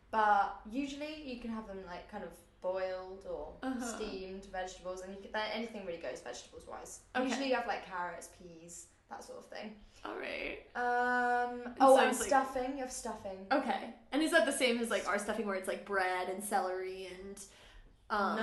B: but usually you can have them like kind of boiled or
A: Uh-huh.
B: steamed vegetables, and you can, then anything really goes vegetables wise.
A: Okay.
B: Usually you have like carrots, peas, that sort of thing.
A: All right.
B: Um, oh, and
A: sounds like-
B: stuffing. You have stuffing.
A: Okay. And is that the same as like our stuffing where it's like bread and celery and um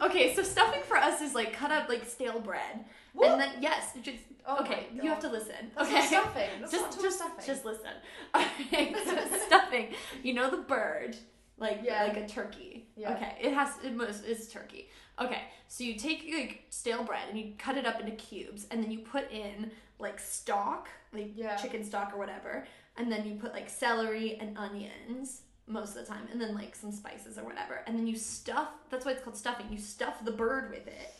B: No.
A: Okay, so stuffing for us is like cut up like stale bread.
B: What?
A: And then yes, just
B: Oh my
A: okay, you have to
B: God.
A: listen.
B: That's
A: okay. *laughs*
B: not stuffing. *laughs* That's
A: just
B: not at all
A: just
B: stuffing.
A: just listen. *laughs* Alright,
B: *laughs*
A: so stuffing. You know the bird. Like
B: Yeah.
A: like a turkey.
B: Yeah.
A: Okay. It has it most is turkey. Okay. So you take like stale bread and you cut it up into cubes and then you put in like stock, like
B: Yeah.
A: chicken stock or whatever, and then you put like celery and onions most of the time, and then like some spices or whatever, and then you stuff. That's why it's called stuffing. You stuff the bird with it.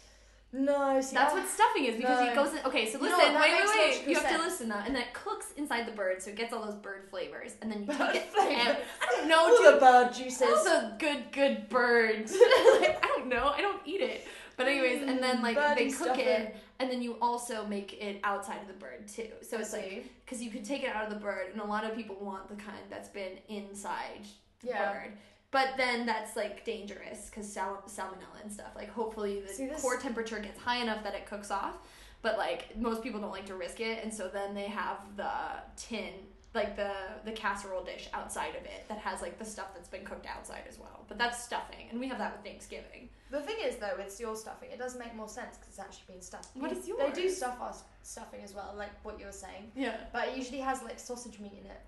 B: No, see,
A: That's
B: I-
A: what stuffing is because it
B: No.
A: goes in. Okay, so
B: No,
A: listen,
B: that
A: wait, wait,
B: makes
A: wait.
B: logical
A: You have to
B: sense.
A: listen now, and that cooks inside the bird, so it gets all those bird flavors, and then you
B: Bird
A: take it. And,
B: flavors.
A: I don't know,
B: All
A: dude.
B: the bird
A: All
B: juices.
A: the good, good birds. *laughs* like, I don't know. I don't eat it. But anyways, and then like
B: Birdie
A: they cook
B: stuffing.
A: it, and then you also make it outside of the bird too. So it's like
B: See?
A: because you can take it out of the bird, and a lot of people want the kind that's been inside the
B: Yeah.
A: bird. But then that's like dangerous because sal- salmonella and stuff. Like hopefully the
B: See, this-
A: core temperature gets high enough that it cooks off. But like most people don't like to risk it, and so then they have the tin, like the the casserole dish outside of it that has like the stuff that's been cooked outside as well. But that's stuffing, and we have that with Thanksgiving.
B: The thing is, though, with your stuffing, it does make more sense because it's actually been stuffed.
A: What
B: They-
A: is
B: They do
A: yours?
B: stuff our s- stuffing as well, like what you were saying.
A: Yeah.
B: But it usually has like sausage meat in it,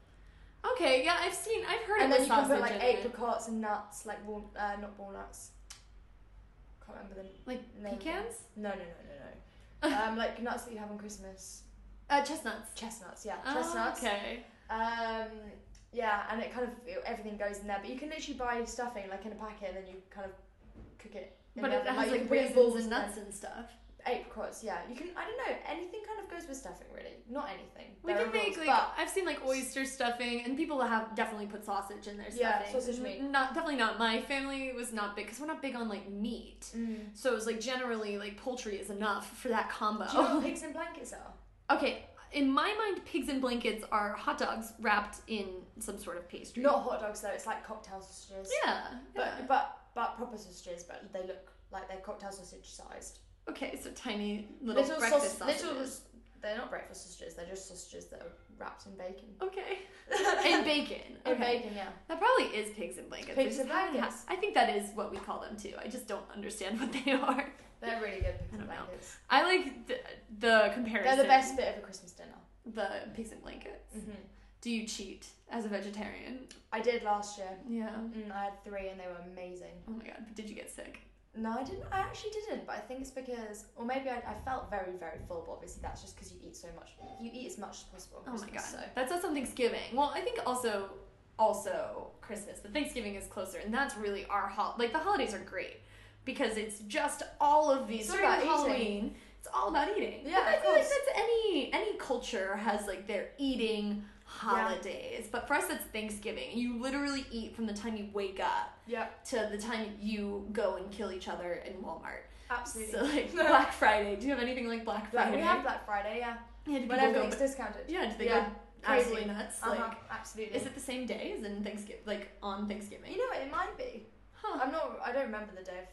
A: Okay. Yeah, I've seen. I've heard
B: and
A: of the
B: then you can
A: sausage.
B: put like
A: in it.
B: apricots and nuts, like wal- uh, not walnuts. Can't remember the
A: like
B: name. of them.
A: pecans,
B: No, no,
A: *laughs*
B: no, no, no. um, like nuts that you have on Christmas.
A: uh, chestnuts.
B: Chestnuts, yeah,
A: Oh,
B: chestnuts.
A: okay.
B: Um, yeah, and it kind of it- everything goes in there, but you can literally buy stuffing like in a packet, and then you kind of cook it. in
A: But
B: the
A: it
B: oven.
A: has
B: you
A: like,
B: can put your
A: raisins
B: balls
A: and
B: in
A: nuts and stuff.
B: there. Apricots, yeah. You can. I don't know. Anything kind of goes with stuffing, really. Not anything.
A: We
B: There
A: can
B: are
A: make like
B: rules, but
A: I've seen like oyster stuffing, and people have definitely put sausage in their
B: Yeah,
A: stuffing.
B: sausage
A: N-
B: meat.
A: Not definitely not my family was not big because we're not big on like meat.
B: Mm.
A: So it was like generally like poultry is enough for that combo.
B: Do you
A: *laughs*
B: know what pigs and blankets are?
A: okay, in my mind, pigs and blankets are hot dogs wrapped in some sort of pastry.
B: Not hot dogs though. It's like cocktail sausages.
A: Yeah.
B: But
A: yeah.
B: but but proper sausages, but they look like they're cocktail sausage sized.
A: okay, so tiny little, breakfast
B: saus-
A: sausages.
B: Little. They're not breakfast sausages. They're just sausages that are wrapped in bacon.
A: *laughs* Okay. and bacon.
B: In
A: Okay.
B: bacon, yeah.
A: That probably is pigs and blankets. I
B: Pigs
A: just
B: and
A: haven't
B: blankets.
A: had- I think that is what we call them too. I just don't understand *laughs* what they are.
B: They're really good pigs
A: I
B: and
A: don't know.
B: blankets.
A: I like the, the comparison.
B: They're the best bit of a Christmas dinner.
A: The pigs and blankets.
B: Mm-hmm.
A: Do you cheat as a vegetarian?
B: I did last year.
A: Yeah.
B: Mm, I had three and they were amazing.
A: Oh my god. Did you get sick?
B: No, I didn't. I actually didn't, but I think it's because, or maybe I, I felt very, very full. But obviously, that's just because you eat so much. You eat as much as possible. on
A: Oh my god.
B: Christmas, So.
A: That's also Thanksgiving. Well, I think also also Christmas, but Thanksgiving is closer, and that's really our hol. Like the holidays are great because it's just all of these.
B: It's
A: during
B: about eating.
A: Halloween. It's all about eating.
B: Yeah,
A: but I
B: of
A: feel like
B: course.
A: that's any any culture has like their eating holidays, but for us it's Thanksgiving. You literally eat from the time you wake up
B: Yeah,
A: to the time you go and kill each other in Walmart.
B: absolutely.
A: So like Black Friday. Do you have anything like Black
B: Black,
A: Friday?
B: we have Black Friday, yeah.
A: Yeah, do
B: When
A: people go?
B: everything's discounted.
A: Yeah, do they
B: Yeah.
A: go
B: Crazy.
A: absolutely nuts?
B: Uh-huh,
A: Like,
B: absolutely.
A: is it the same day as in Thanksgiving? Like on Thanksgiving?
B: you know, it might be.
A: huh?
B: I'm not. I don't remember the day of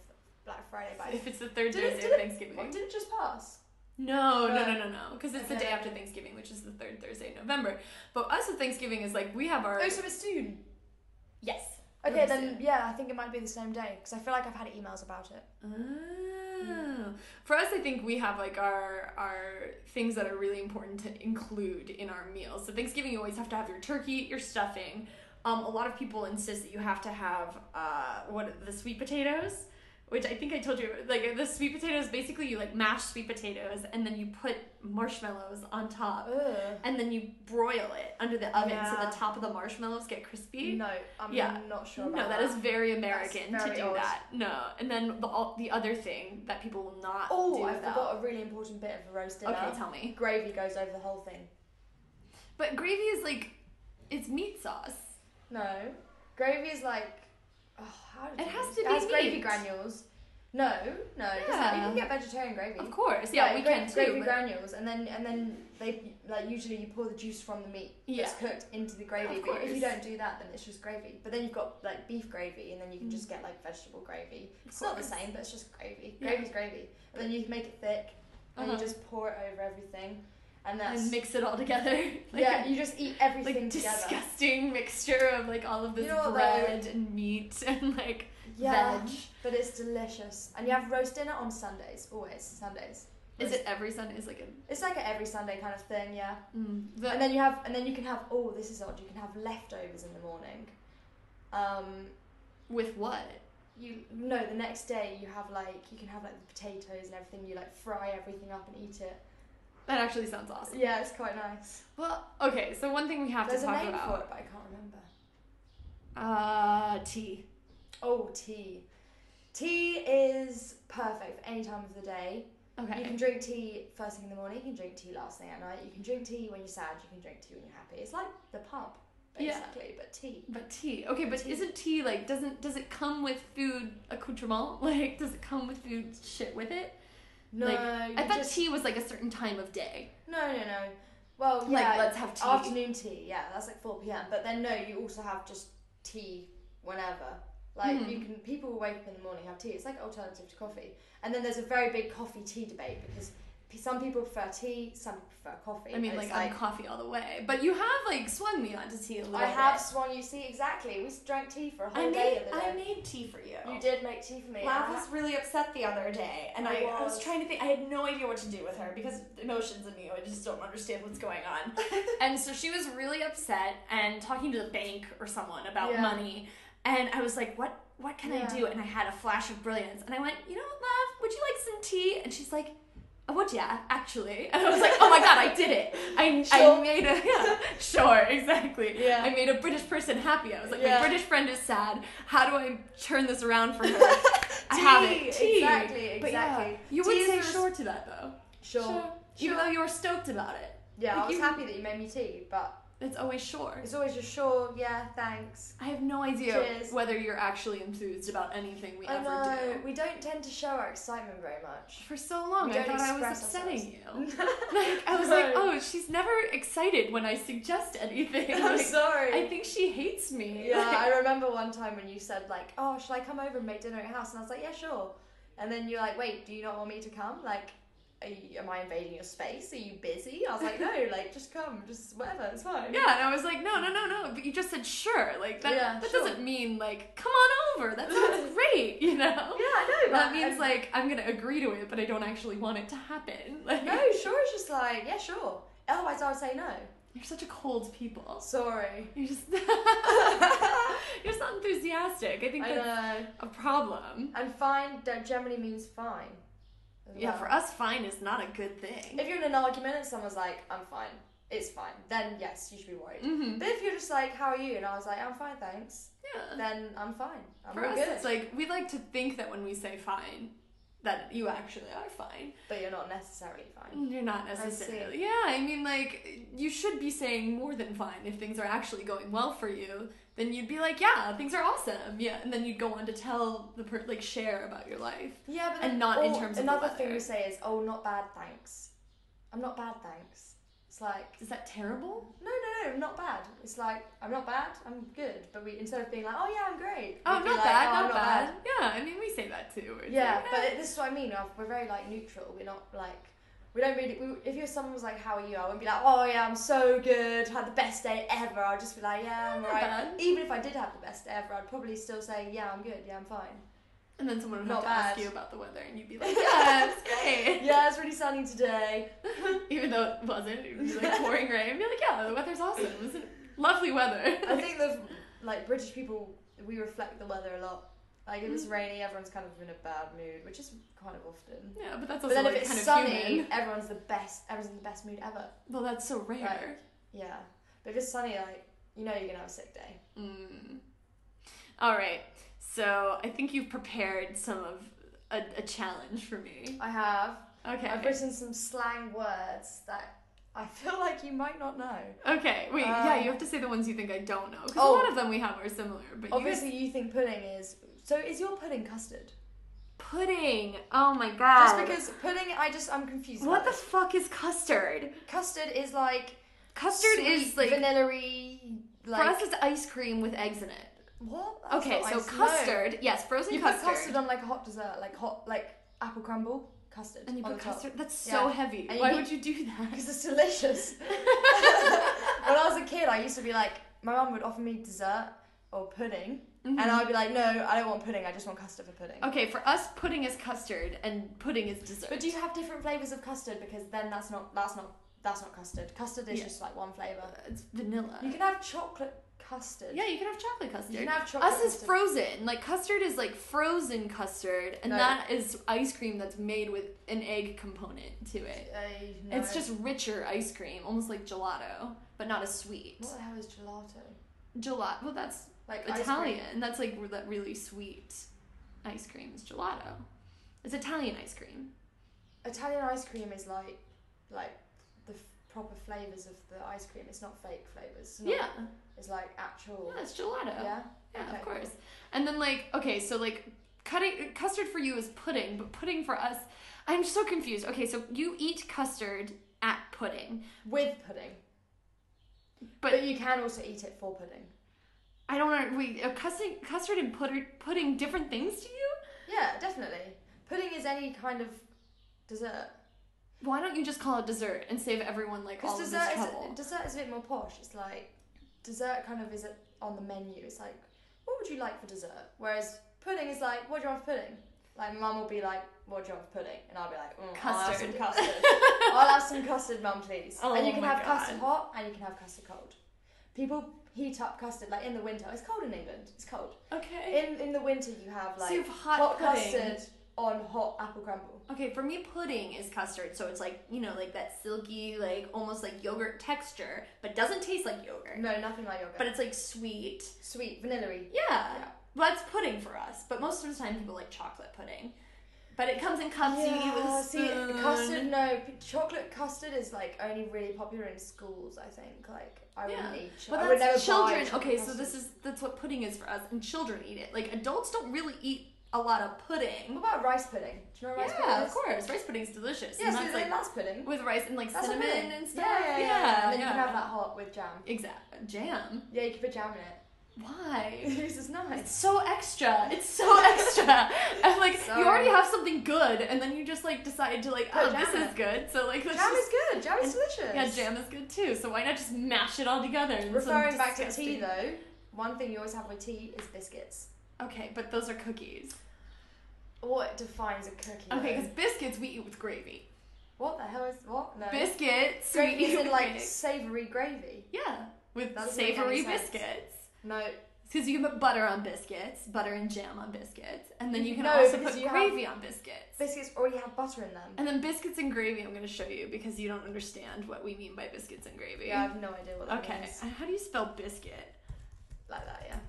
B: Black Friday, but I-
A: if it's the third
B: Did
A: day
B: it-
A: of
B: did it-
A: Thanksgiving.
B: what, did it just pass?
A: No, no,
B: But-
A: no, no, no. Because it's the
B: Okay.
A: day after Thanksgiving, which is the third Thursday in November. But us with Thanksgiving is like we have our
B: Oh, so it's soon.
A: yes.
B: Okay,
A: Thursday.
B: then yeah, I think it might be the same day because I feel like I've had emails about it.
A: Oh. For us, I think we have like our our things that are really important to include in our meals. So Thanksgiving, you always have to have your turkey, your stuffing. Um, a lot of people insist that you have to have uh, what the sweet potatoes, which I think I told you like the sweet potatoes. Basically, you like mash sweet potatoes and then you put marshmallows on top.
B: Ugh.
A: And then you broil it under the oven so
B: Yeah.
A: the top of the marshmallows get crispy.
B: No, I'm
A: Yeah.
B: not sure about
A: No, that is very
B: That's
A: American to
B: very
A: do
B: odd.
A: that. No, and then the all, the other thing that people will not
B: Oh,
A: do.
B: I
A: without-
B: forgot a really important bit of the roast dinner.
A: Okay, tell me.
B: Gravy goes over the whole thing.
A: But gravy is like, it's meat sauce.
B: No, gravy is like. Oh, how did
A: It
B: you-
A: has to
B: it
A: be
B: has gravy
A: meat.
B: granules. No, no, it doesn't. you
A: Yeah.
B: can get vegetarian gravy.
A: Of course, yeah, we
B: gra-
A: can too.
B: Gravy
A: but-
B: granules, and then and then they like usually you pour the juice from the meat that's cooked into the gravy.
A: Of
B: but if you
A: course.
B: don't do that, then it's just gravy. But then you've got like beef gravy, and then you can just get like vegetable gravy. It's not the
A: Mm. course.
B: same, but it's just gravy.
A: Yeah.
B: Gravy's gravy. But then you can make it thick, and
A: Uh-huh.
B: you just pour it over everything, and that's
A: and mix it all together. *laughs* like
B: yeah.
A: a-
B: you just eat
A: like
B: everything together.
A: disgusting mixture of like all of this
B: You know what, though?
A: bread and meat *laughs* and like
B: Yeah,
A: veg.
B: but it's delicious, and you have roast dinner on Sundays. Always Sundays.
A: Is
B: Roast-
A: it every Sunday? Is like a
B: It's like a every Sunday kind of thing, yeah.
A: mm, the,
B: and then you have and then you can have oh this is odd you can have leftovers in the morning um
A: with what?
B: you no the next day you have like you can have like the potatoes and everything you like fry everything up and eat it
A: That actually sounds awesome.
B: yeah it's quite nice
A: Well, okay. So one thing we have
B: there's
A: to
B: a
A: talk
B: name
A: about.
B: for it but i can't remember
A: Uh, tea.
B: oh tea tea is perfect for any time of the day you
A: Okay.
B: can drink tea first thing in the morning you can drink tea last thing at night you can drink tea when you're sad you can drink tea when you're happy it's like the pub
A: Yeah.
B: basically but tea
A: But tea. Okay, but
B: Tea.
A: isn't tea like doesn't does it come with food accoutrement? *laughs* Like does it come with food shit with it?
B: no
A: Like,
B: you
A: I thought
B: just-
A: tea was like a certain time of day.
B: no no no well yeah
A: like let's have tea.
B: Afternoon tea, yeah, that's like four p.m. But then no, you also have just tea whenever. Like
A: Hmm.
B: you can, people will wake up in the morning have tea. It's like alternative to coffee. And then there's a very big coffee tea debate because p- some people prefer tea, some prefer coffee.
A: I mean
B: and
A: like,
B: it's
A: I'm coffee all the way. But you have like swung me onto tea a little
B: I have
A: bit.
B: swung. You see exactly. We drank tea for a
A: I
B: whole day
A: made
B: the
A: I
B: other day.
A: made tea for you.
B: you did make tea for me.
A: Lav
B: and I-
A: was really upset the other day, and I,
B: I
A: I was
B: was.
A: trying to think. I had no idea what to do with her because emotions in me, I just don't understand what's going
B: *laughs*
A: on. and so she was really upset and talking to the bank or someone about
B: Yeah.
A: money. And I was like, "What? What can
B: Yeah.
A: I do?" And I had a flash of brilliance, and I went, "You know what, Lav? Would you like some tea?" And she's like. "Oh, Well, yeah, actually. *laughs* And I was like, oh my god, I did it. I, I
B: Sure.
A: made a, yeah, sure, exactly.
B: Yeah.
A: I made a British person happy. I was like,
B: Yeah.
A: my British friend is sad. How do I turn this around
B: *laughs*
A: for her? I have it. Tea.
B: Exactly. Exactly.
A: But yeah, you would
B: Tea is
A: say
B: the res-
A: sure to that though.
B: Sure.
A: Even
B: Sure.
A: though you were stoked about it.
B: Yeah,
A: Like,
B: I was
A: you-
B: happy that you made me tea, but
A: It's always sure.
B: it's always just sure. Yeah, thanks.
A: I have no idea
B: Cheers.
A: whether you're actually enthused about anything we
B: I
A: ever
B: know.
A: do.
B: We don't tend to show our excitement very
A: *laughs*
B: much. *laughs*
A: For so long,
B: We
A: I
B: don't
A: thought I was
B: express
A: upsetting you. *laughs*
B: like,
A: I was like, oh, she's never excited when I suggest
B: *laughs*
A: anything.
B: I'm
A: Like,
B: sorry.
A: I think she hates me. *laughs*
B: yeah,
A: Like,
B: I remember one time when you said like, oh, shall I come over and make dinner at your house? And I was like, yeah, sure. And then you're like, wait, do you not want me to come? Like, are you, am I invading your space? Are you busy? I was
A: *laughs*
B: like, no, like just come, just whatever, it's fine.
A: yeah, and I was like, no, no, no, no. But you just said sure. Like that.
B: Yeah,
A: that
B: sure.
A: doesn't mean like come on over. That
B: *laughs*
A: sounds great. You know.
B: Yeah, I know.
A: That
B: but-
A: means
B: and-
A: like I'm gonna agree to it, but I don't actually want it to happen. *laughs* Like,
B: *laughs* no, sure. It's just like, yeah, sure. Otherwise, I would say no.
A: You're such a cold people.
B: Sorry.
A: You're just *laughs* you're just not enthusiastic. I think
B: I
A: that's *laughs*
B: know.
A: a problem.
B: And fine that generally means fine. as
A: Yeah,
B: well.
A: for us, fine is not a good thing.
B: If you're in an argument and someone's like, I'm fine, it's fine, then yes, you should be worried.
A: hmm
B: But if you're just like, how are you? And I was like, I'm fine, thanks,
A: Yeah.
B: then I'm fine. I'm
A: Uh. For
B: all
A: us,
B: good.
A: it's like we like to think that when we say fine, that you actually are fine.
B: but you're not necessarily fine.
A: You're not
B: see.
A: necessarily. Yeah, I mean, like, you should be saying more than fine if things are actually going well for you. Then you'd be like, yeah, things are awesome. Yeah, and then you'd go on to tell the per- like share about your life.
B: Yeah, but
A: And
B: then-
A: not in
B: or
A: terms of the
B: another
A: weather.
B: thing we say is, oh, not bad, thanks. I'm not bad, thanks. It's like,
A: Is that terrible?
B: no, no, no, not bad. It's like, I'm not bad, I'm good. But we instead of being like, oh yeah, I'm great.
A: Oh,
B: we'd
A: not
B: be like,
A: bad,
B: "Oh, I'm
A: not bad. Yeah, I mean, we say that too. It's
B: Yeah,
A: like,
B: but
A: eh.
B: this is what I mean. uh, We're very like neutral. We're not like We don't really. We, if you're someone was like, "How are you?" I wouldn't be like, "Oh yeah, I'm so good. Had the best day ever." I'd just be like, "Yeah, I'm
A: Not
B: alright."
A: bad.
B: Even if I did have the best day ever, I'd probably still say, "Yeah, I'm good. Yeah, I'm fine." *laughs*
A: And then someone would
B: Not
A: have to ask
B: bad.
A: you about the weather, and
B: *laughs*
A: you'd be like, "Yeah, it's great,"
B: yeah, it's really sunny today.
A: even though it wasn't. It was like pouring rain. I'd be like, "Yeah, the weather's awesome. It was lovely weather."
B: I think the like British people, we reflect the weather a lot. Like if
A: Mm.
B: it's rainy, everyone's kind of in a bad mood, which is kind of often.
A: *laughs* yeah, but that's
B: But
A: also
B: then
A: like
B: if it's
A: kind
B: sunny,
A: of human.
B: everyone's the best. Everyone's in the best mood ever.
A: Well, that's so rare.
B: Yeah, but if it's sunny, like you know, you're gonna have a sick day.
A: Mm. All right. So I think you've prepared some of a, a challenge for me.
B: I
A: *laughs*
B: have.
A: Okay.
B: I've written some slang words that I feel like you might not know.
A: Okay. Wait. yeah,
B: Um,
A: you have to say the ones you think I don't know because
B: oh.
A: a lot of them we have are similar. But you guys,
B: Obviously, you think pudding is. So is your pudding custard?
A: pudding. Oh my god.
B: Just because pudding, I just I'm confused.
A: What
B: about
A: the
B: this.
A: fuck is custard?
B: custard is like
A: Custard is like,
B: vanilla-y. Like
A: for us it's ice cream with eggs in it.
B: what? That's
A: Okay,
B: not
A: so
B: ice- no.
A: custard, yes, frozen
B: You
A: custard.
B: put custard on like a hot dessert, like hot like apple crumble custard.
A: and you
B: on
A: put
B: the top.
A: custard. That's so
B: Yeah.
A: heavy.
B: And you
A: Why
B: eat-
A: would you do
B: *laughs*
A: that?
B: because
A: *laughs*
B: it's delicious. *laughs* when I was a kid, I used to be like, my mum would offer me dessert or pudding, and I'd be like, no, I don't want pudding. I just want custard for pudding.
A: Mm-hmm. Okay, for us, pudding is custard and pudding is dessert.
B: But do you have different flavors of custard? Because then that's not that's not that's not custard. Custard is
A: Yeah.
B: just like one flavor.
A: It's vanilla.
B: You can have chocolate custard.
A: yeah, you can have chocolate custard.
B: You can have chocolate
A: us is
B: custard.
A: frozen. Like custard is like frozen custard, and
B: No.
A: that is ice cream that's made with an egg component to it.
B: I- uh, no.
A: It's just richer ice cream, almost like gelato, but not as sweet.
B: what the hell is gelato?
A: Gelato. Well, that's
B: Like ice cream.
A: Italian. That's like re- that really sweet ice cream is gelato. It's Italian ice cream.
B: Italian ice cream is like like the f- proper flavors of the ice cream. It's not fake flavors. It's not-
A: Yeah,
B: It's like actual.
A: yeah, it's gelato.
B: Yeah.
A: Yeah,
B: Okay,
A: of
B: cool.
A: course. And then like okay, so like cutting custard for you is pudding, but pudding for us, I'm so confused. Okay, so you eat custard at pudding,
B: With pudding.
A: but,
B: But you can also eat it for pudding.
A: I don't know. Wait, are custard, custard and pudding, pudding different things to you?
B: Yeah, definitely. Pudding is any kind of dessert.
A: Why don't you just call it dessert and save everyone like all of
B: Because
A: this
B: dessert is
A: Oh, trouble?
B: dessert is a bit more posh. It's like dessert kind of is on the menu. It's like what would you like for dessert? Whereas pudding is like what do you want for pudding? Like mum will be like what do you want for pudding? And I'll be like mm, I'll have some
A: Custard.
B: custard. I'll have some custard, mum, please.
A: *laughs* Oh
B: and you can
A: my
B: have
A: God.
B: custard hot and you can have custard cold. People heat up custard like in the winter. It's cold in England. It's cold.
A: okay.
B: In in the winter you have like
A: so you have hot, pudding.
B: custard on hot apple crumble.
A: Okay, for me, pudding is custard, so it's like you know, like that silky, like almost like yogurt texture, but doesn't taste like yogurt.
B: No, nothing like yogurt.
A: But it's like sweet.
B: sweet, vanilla-y.
A: Yeah. Well, that's pudding for us, but most of the time people like chocolate pudding. But it comes in cups you eat with a
B: see,
A: spoon.
B: custard. No, p- chocolate custard is like only really popular in schools. I think. Like, I
A: Yeah.
B: wouldn't eat. cho-
A: But
B: I
A: that's
B: would never
A: children.
B: Buy chocolate
A: Okay, so
B: custard.
A: this is that's what pudding is for us, and children eat it. Like adults don't really eat a lot of
B: What
A: pudding.
B: about rice pudding? Do you know what rice pudding?
A: yeah,
B: is?
A: of course. Rice pudding's delicious.
B: Yeah,
A: and
B: so
A: that's
B: it's like that's pudding.
A: with rice and like
B: That's a
A: cinnamon
B: pudding.
A: and stuff.
B: Yeah, yeah, yeah.
A: yeah.
B: And then you
A: yeah.
B: can have that hot with jam.
A: Exact jam.
B: Yeah, you can put jam in it. *laughs*
A: Why?
B: This is nice.
A: It's so extra. It's
B: *laughs*
A: so extra. I'm like,
B: Sorry.
A: you already have something good, and then you just like decide to like,
B: Put
A: oh,
B: jam
A: this
B: in
A: is
B: it.
A: good. So like, let's
B: Jam
A: just
B: is good. Jam is delicious.
A: yeah, jam is good too. So why not just mash it all together? in some
B: Referring back to tea
A: disgusting-
B: though, one thing you always have with tea is biscuits.
A: Okay, but those are cookies.
B: What defines a cookie?
A: Okay,
B: though?
A: because biscuits we eat with gravy.
B: what the hell is what? No.
A: Biscuits. we
B: Gravy
A: eat
B: is in
A: with
B: like
A: gravy.
B: savoury gravy.
A: yeah, with
B: That doesn't make
A: savory
B: any sense.
A: biscuits.
B: No,
A: Because you can put butter on biscuits, butter and jam on biscuits, and then you can
B: No,
A: also
B: because
A: put
B: you have-
A: gravy on biscuits.
B: biscuits already have butter in them.
A: And then biscuits and gravy, I'm going to show you because you don't understand what we mean by biscuits and gravy.
B: Yeah, I have no idea what that
A: Okay.
B: means.
A: And how do you spell biscuit?
B: Like that, yeah.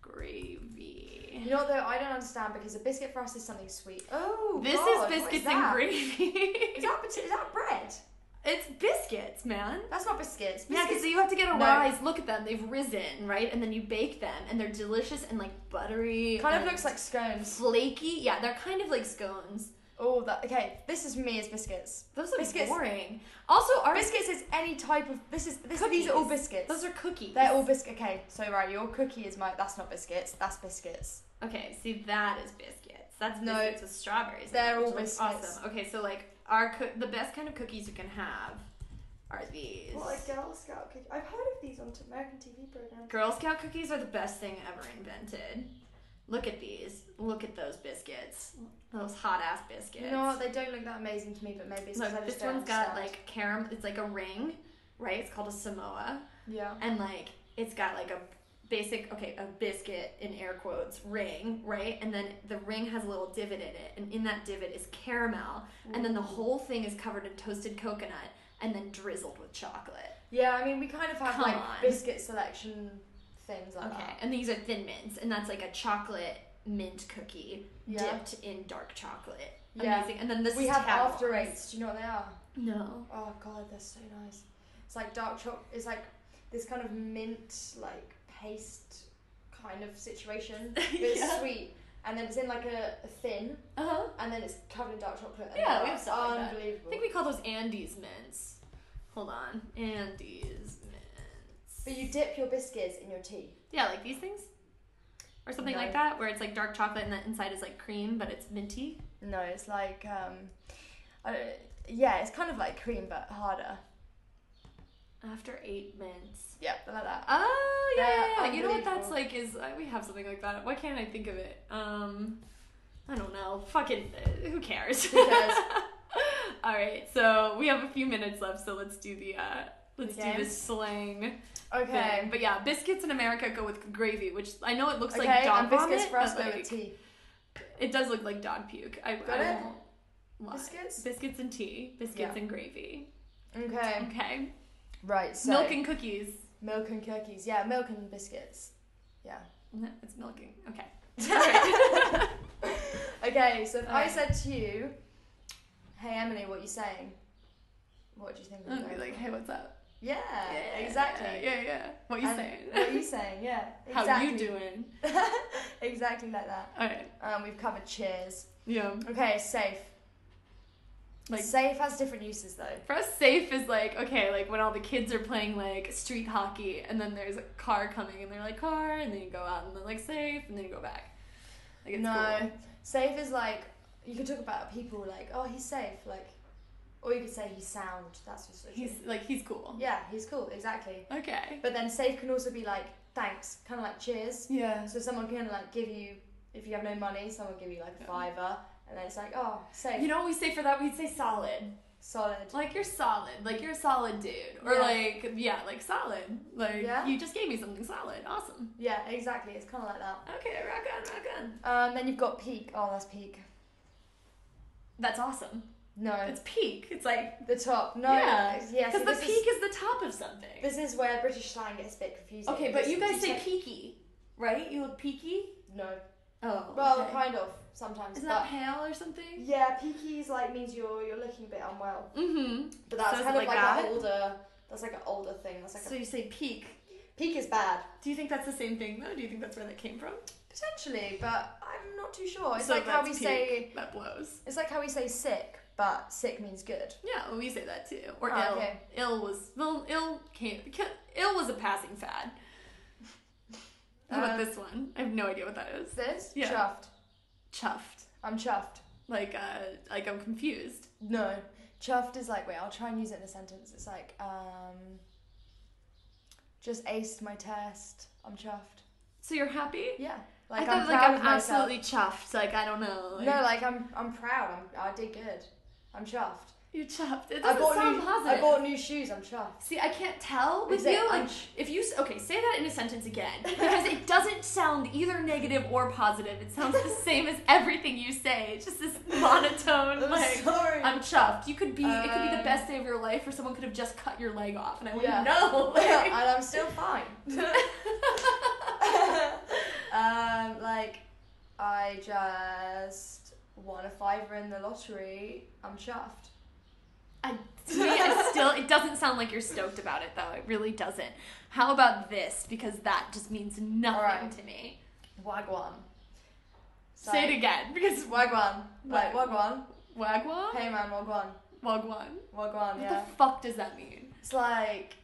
A: Gravy.
B: You know what though? I don't understand because a biscuit for us is something sweet. Oh,
A: This
B: God,
A: is
B: what
A: biscuits and
B: that?
A: gravy. *laughs*
B: Is that, pota- is that bread?
A: it's biscuits, man.
B: That's not biscuits.
A: Yeah,
B: Biscuits
A: because you have to get a
B: No.
A: rise. Look at them; they've risen, right? And then you bake them, and they're delicious and like buttery.
B: kind of
A: and
B: looks like scones.
A: flaky. Yeah, they're kind of like scones.
B: Oh, that okay. This is me as biscuits.
A: Those are
B: Biscuits-
A: boring. Also, our
B: Biscuits is any type of this is this, these are all
A: Cookies.
B: biscuits.
A: those are cookies.
B: They're all biscuit. Okay, so right, your cookie is my. That's not biscuits. That's biscuits.
A: Okay, see that is biscuits. That's
B: No.
A: biscuits with strawberries. in
B: They're
A: it,
B: all
A: which looks
B: biscuits.
A: Awesome. Okay, so like Our coo- the best kind of cookies you can have are these.
C: Well,
B: uh,
C: a Girl Scout cookie. I've heard of these on t- American TV programs.
A: Girl Scout cookies are the best thing ever invented. Look at these. Look at those biscuits. Those hot ass biscuits.
B: You know what? They don't look that amazing to me, but maybe it's because I
A: Look,
B: just
A: this
B: don't
A: one's got
B: understand.
A: like caram. It's like a ring, right? It's called a Samoa,
B: yeah.
A: and like it's got like a basic okay a biscuit in air quotes ring, right? And then the ring has a little divot in it, and in that divot is caramel, and then the whole thing is covered in toasted coconut and then drizzled with chocolate.
B: Yeah, I mean, we kind of have
A: Come
B: like
A: on.
B: biscuit selection things like
A: Okay,
B: that.
A: Uh, and these are thin mints, and that's like a chocolate mint cookie
B: Yeah.
A: dipped in dark chocolate.
B: Yeah.
A: Amazing. And then this
B: We
A: is
B: have
A: tab
B: after
A: ones.
B: eights. Do you know what they are?
A: No.
B: Oh god, they're so nice. It's like dark chocolate. It's like this kind of mint like paste kind
A: *laughs*
B: of situation, but it's
A: Yeah.
B: sweet. And then it's in like a, a thin,
A: Uh huh.
B: and then it's covered in dark chocolate. And
A: Yeah,
B: they're
A: we have stuff like that. I
B: unbelievable.
A: think we call those Andes mints. Hold on, Andes mints.
B: But you dip your biscuits in your tea.
A: yeah, like these things, or something
B: No.
A: like that, where it's like dark chocolate and the inside is like cream, but it's minty.
B: No, it's like um, I don't, yeah, it's kind of like cream but harder.
A: After eight mints.
B: Yeah, like that.
A: Oh yeah, yeah,
B: They're
A: yeah. you know what that's
B: unbelievable.
A: like is uh, we have something like that. Why can't I think of it? Um, I don't know. Fucking uh, who cares?
B: Who cares?
A: *laughs* All right, so we have a few minutes left, so let's do the uh, let's
B: game?
A: do the slang.
B: Okay.
A: thing. But yeah, biscuits in America go with gravy, which I know it looks
B: okay,
A: like dog
B: and
A: vomit,
B: biscuits for us
A: but,
B: go with
A: like,
B: tea.
A: It does look like dog puke. I,
B: Got
A: I
B: it?
A: won't lie.
B: Biscuits?
A: biscuits and tea, biscuits
B: Yeah.
A: and gravy.
B: Okay.
A: Okay,
B: Right. So
A: milk and cookies.
B: milk and cookies. Yeah, milk and biscuits. Yeah.
A: No, it's milking.
B: *laughs*
A: Okay. *laughs*
B: Okay. So if I
A: Alright.
B: said to you, "Hey Emily, what are you saying?" What do you think?
A: I'd
B: would
A: be like, hey, what's up?
B: yeah, Uh, exactly.
A: Yeah, yeah. What you
B: And What are
A: saying?
B: you saying? Yeah.
A: *laughs* How
B: Exactly.
A: you doing?
B: exactly like that.
A: All right.
B: Um, we've covered cheers.
A: Yeah.
B: Okay, safe.
A: Like-
B: safe has different uses though.
A: For us, safe is like okay, like when all the kids are playing like street hockey, and then there's a car coming, and they're like car, and then you go out, and then like safe, and then you go back. Like it's
B: no,
A: cool.
B: safe is like you could talk about people like, oh, he's safe, like, or you could say he's sound. That's just so
A: He's
B: true.
A: like he's cool.
B: yeah, he's cool, exactly.
A: Okay.
B: But then safe can also be like thanks, kind of like cheers.
A: Yeah.
B: So someone can like give you if you have no money, someone give you like a
A: Yeah.
B: fiver, and then it's like oh, safe,
A: You know what we say for that? We'd say solid.
B: solid.
A: Like you're solid. Like you're a solid dude. Or
B: Yeah.
A: like yeah, like solid. Like
B: Yeah.
A: you just gave me something solid. Awesome.
B: Yeah, exactly. It's kind of like that.
A: Okay, rock on, rock on.
B: Um, then you've got peak. Oh, that's peak.
A: That's awesome.
B: No,
A: It's peak. It's like
B: the top. No,
A: yeah.
B: yeah.
A: Because
B: so
A: the
B: this is-
A: peak is, the top of something.
B: This is where British slang gets a bit confusing.
A: okay, but
B: because
A: you guys
B: you
A: say
B: take-
A: peaky, right? You look peaky.
B: no.
A: Oh.
B: Well,
A: okay.
B: kind of sometimes.
A: Isn't
B: but
A: that pale or something?
C: Yeah, peakies like means you're you're looking a bit unwell.
A: Mm-hmm.
B: but that's
A: Sounds
B: kind of
A: like
B: like
A: that.
B: an older. That's like an older thing. That's like
A: So you say peak.
B: a peak is bad
A: Do you think that's the same thing though? Do you think that's where that came from?
B: potentially, but I'm not too sure. It's
A: So
B: like how
A: that's
B: we
A: peak.
B: say.
A: that blows.
B: It's like how we say sick, but sick means good.
A: Yeah, well, we say that too. Or
B: Oh,
A: ill.
B: okay.
A: Ill was well, ill came. ca- Ill was a passing fad. How about
B: Uh,
A: this one? I have no idea what that is.
B: This
A: Yeah.
B: chuffed.
A: Chuffed.
B: I'm chuffed.
A: Like, uh, like I'm confused.
B: No, chuffed is like wait. I'll try and use it in a sentence. It's like um. Just aced my test. I'm chuffed.
A: So you're happy?
B: Yeah. Like
A: I thought
B: am
A: like
B: proud
A: I'm
B: of myself.
A: absolutely chuffed. Like I don't know. Like,
B: No, like I'm, I'm proud. I'm, I did good. I'm chuffed.
A: you're chuffed. It
B: I
A: doesn't
B: bought
A: sound
B: new,
A: positive.
B: I bought new shoes. I'm chuffed.
A: See, I can't tell with
B: Is it-
A: you. Like,
B: I'm sh-
A: if you s- okay, say that in a sentence again because it doesn't sound either negative or positive. It
B: *laughs*
A: sounds the same as everything you say. It's just this monotone.
B: I'm
A: like,
B: sorry. *laughs*
A: I'm chuffed. You could be. it could be the
B: Um,
A: best day of your life, or someone could have just cut your leg off, and I wouldn't
B: Yeah. *laughs*
A: know. Like,
B: and I'm still fine. *laughs* um, like, I just won a fiver in the lottery. I'm chuffed.
A: *laughs* I, to me, I still. It doesn't sound like you're stoked about it, though. It really doesn't. How about this? Because that just means nothing
B: Alright.
A: to me.
B: Wagwan. It's
A: Say
B: like,
A: it again, because
B: Wagwan. Like
A: Wag-
B: wagwan.
A: wagwan,
B: Hey man, wagwan.
A: wagwan.
B: Wagwan.
A: What
B: Yeah.
A: the fuck does that mean?
B: It's like,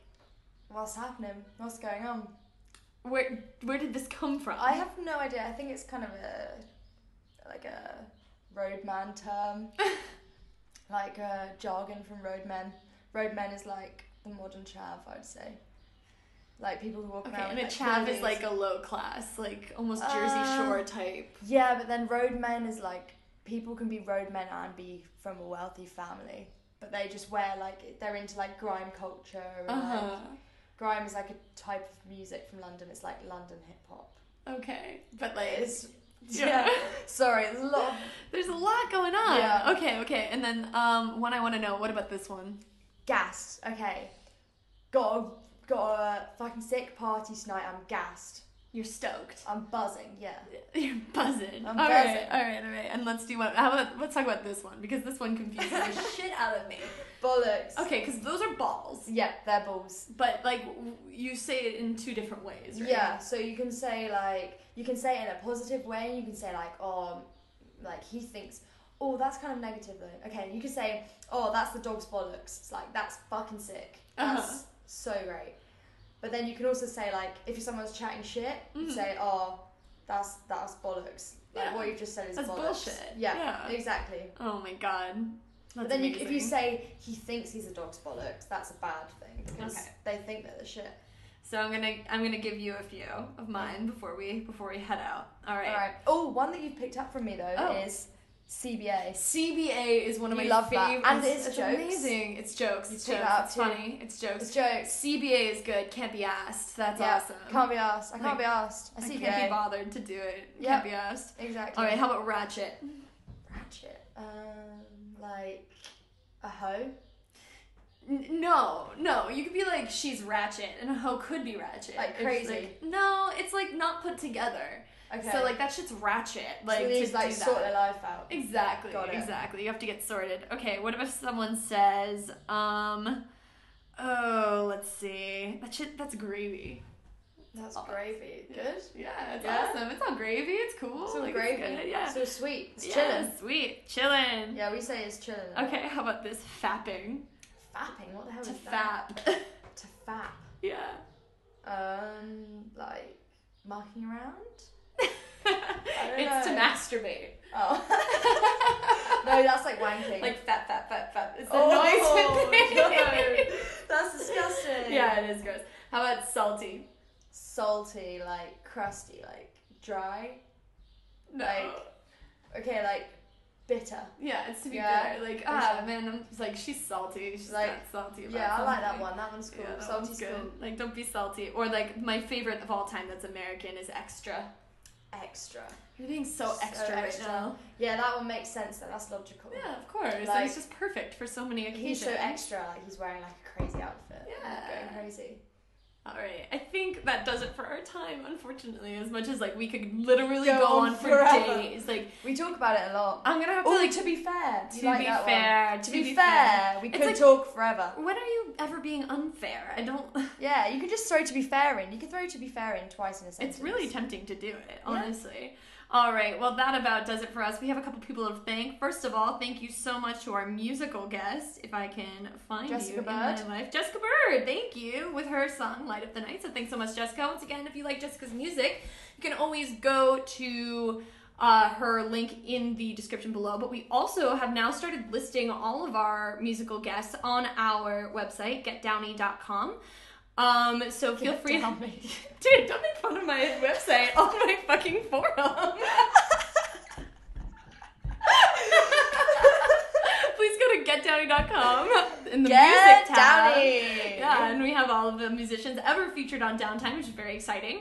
B: what's happening? What's going on?
A: Where where did this come from?
B: I have no idea. I
A: *laughs*
B: think it's kind of a like a roadman term. like uh, jargon from roadmen. Roadmen is like the modern chav, I'd say. Like people who walk
A: Okay,
B: around.
A: and a
B: with,
A: chav
B: clothes.
A: is like a low class, like almost Jersey
B: Uh,
A: Shore type.
B: Yeah, but then roadmen is like people can be roadmen and be from a wealthy family, but they just wear like they're into like grime culture. And,
A: Uh
B: like,
A: huh.
B: grime is like a type of music from London. It's like London hip hop.
A: Okay, but like
B: It's
A: yeah. *laughs*
B: yeah. Sorry, there's a lot. Of,
A: there's a lot going on.
B: Yeah.
A: Okay, okay, and then um, one I want to know. What about this one?
B: gassed. Okay, got a, got a fucking sick party tonight. I'm gassed.
A: You're stoked.
B: I'm buzzing. Yeah.
A: *laughs* You're buzzing.
B: I'm
A: All right,
B: buzzing.
A: all right, all right. And let's do one. How about let's talk about this one because this one confuses the
B: *laughs*
A: shit out of me.
B: Bollocks.
A: Okay, because those are balls,
B: Yeah, they're balls.
A: but like w- you say it in two different ways. Right?
B: Yeah, so you can say like you can say it in a positive way. You can say like oh, like he thinks. Oh, that's kind of negative though. Okay, you can say oh that's the dog's bollocks. It's like that's fucking sick. That's
A: Uh-huh.
B: so great. But then you can also say like if someone's chatting shit, you say oh that's that's bollocks.
A: Mm.
B: Like
A: Yeah.
B: what you just said is
A: That's
B: bollocks.
A: bullshit.
B: Yeah,
A: Yeah.
B: exactly.
A: Oh my god. That's
B: But then you, if you
A: amazing.
B: say he thinks he's a dog's bollocks, that's a bad thing because
A: Okay.
B: they think they're the shit.
A: So I'm gonna I'm gonna give you a few of mine before we before we head out. All right.
B: All right. Oh, one that you've picked up from me though
A: Oh.
B: is CBA.
A: CBA is one of
B: You
A: my
B: love that.
A: favorite.
B: And it is
A: it's
B: jokes.
A: amazing. It's jokes.
B: You
A: It's
B: pick
A: jokes.
B: that up
A: It's
B: too.
A: funny. It's jokes.
B: It's jokes.
A: CBA is good. Can't be asked. That's
B: Yeah.
A: awesome.
B: Can't be asked. I can't
A: Like,
B: be asked. I
A: I
B: CBA.
A: can't be bothered to do it.
B: Yeah.
A: Can't be asked.
B: Exactly.
A: All right. How about ratchet?
B: Ratchet. Um, like a hoe.
A: N- no, no. You could be like she's ratchet, and a hoe could be ratchet.
B: Like
A: It's
B: crazy.
A: like- no, it's like not put together.
B: Okay.
A: So like that shit's ratchet. Like
B: so these
A: to
B: like
A: do that.
B: sort their life out.
A: Exactly.
B: Got it.
A: Exactly. You have to get sorted. Okay, what if someone says, um, oh, let's see. That shit, that's gravy.
B: That's
A: Oh,
B: gravy.
A: yeah.
B: Good.
A: Yeah, it's
B: Yeah?
A: awesome. It's all gravy. It's cool.
B: So
A: like, Oh, it's
B: gravy.
A: good, yeah.
B: So sweet. It's
A: yeah,
B: chilling.
A: Sweet. Chillin'.
B: Yeah, we say it's chilling.
A: Okay, how about this fapping?
B: Fapping. What the hell
A: To
B: is that?
A: fap.
B: *laughs* To fap.
A: yeah.
B: Um, like mucking around.
A: *laughs*
B: don't
A: it's to
B: know.
A: masturbate.
B: Oh. *laughs* no, that's like wanking.
A: Like fat, fat, fat, fat. It's the *laughs*
B: *laughs* Oh,
A: noise.
B: no. That's disgusting.
A: yeah, it is gross. How about salty?
B: Salty, like crusty, like dry.
A: No.
B: Like- Okay, like bitter.
A: Yeah, it's to be
B: Yeah,
A: bitter. Like,
B: for
A: ah,
B: sure.
A: man, I'm it's like, she's salty. She's
B: Like,
A: not salty about
B: Yeah, I like that
A: something.
B: one. That one's cool.
A: Yeah, that
B: Salty's
A: one's good.
B: cool.
A: Like, don't be salty. Or, like, my favorite of all time that's American is extra.
B: Extra.
A: You're being so,
B: So
A: extra, right
B: extra.
A: now.
B: Yeah, that one makes sense. Though. That's logical.
A: Yeah, of course. Like,
B: Like-
A: it's just perfect for so many occasions.
B: He's so extra. Like he's wearing like a crazy outfit. Like,
A: Yeah.
B: Going crazy.
A: All right, I think that does it for our time. Unfortunately, as much as like we could literally go,
B: Go on
A: on, for
B: forever.
A: days, like
B: We talk about it a lot.
A: I'm gonna have to
B: Oh,
A: like
B: to be fair.
A: to
B: You like
A: be
B: that one.
A: fair,
B: To be fair, we
A: It's
B: could
A: like-
B: talk forever.
A: When are you ever being unfair? I don't.
B: Yeah, you could just throw to be fair in. You could throw to be fair in twice in a sentence.
A: It's really tempting to do it, honestly. All right, well, that about does it for us. We have a couple people to thank. First of all, thank you so much to our musical guest, if I can find
B: Jessica
A: you
B: Bird.
A: in my life. Jessica Bird, thank you, with her song Light Up the Night. So thanks so much, Jessica. Once again, if you like Jessica's music, you can always go to uh, her link in the description below. But we also have now started listing all of our musical guests on our website, getdowny.com. Um, so feel
B: Get
A: free
B: Downy.
A: Dude, don't make fun of my website on my fucking forum. *laughs* Please go to getdowny.com in the
B: Get
A: music tab.
B: Downy.
A: Yeah, and we have all of the musicians ever featured on Downtime, which is very exciting.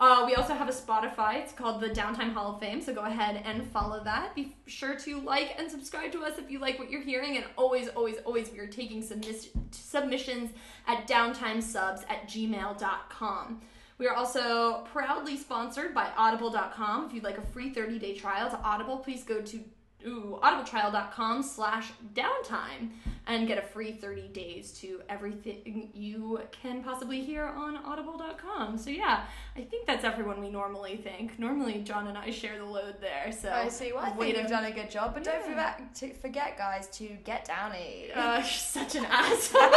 A: Uh, we also have a Spotify. It's called the Downtime Hall of Fame. So go ahead and follow that. Be sure to like and subscribe to us if you like what you're hearing. And always, always, always, we are taking submis- submissions at downtimesubs at gmail.com. We are also proudly sponsored by audible.com. If you'd like a free 30 day trial to Audible, please go to ooh, audibletrial.com slash downtime and get a free 30 days to everything you can possibly hear on audible.com. So, yeah, I think that's everyone we normally think. Normally, John and I share the load there. So,
B: I see. Well, I
A: way
B: think
A: to-
B: you've done a good job, but don't
A: Yeah.
B: forget to forget, guys, to get *laughs* downy.
A: *laughs* Uh, you're such an asshole. *laughs*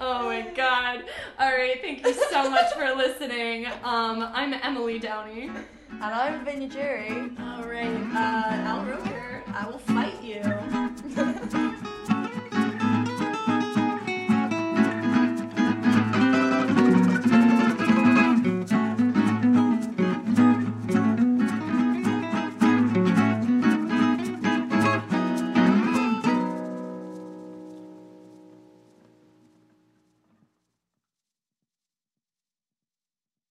A: oh my god. All right, thank you so much for listening. Um, I'm Emily Downey.
B: and I'm Vinya Jury.
A: All right, uh, Al Roker, I will fight you.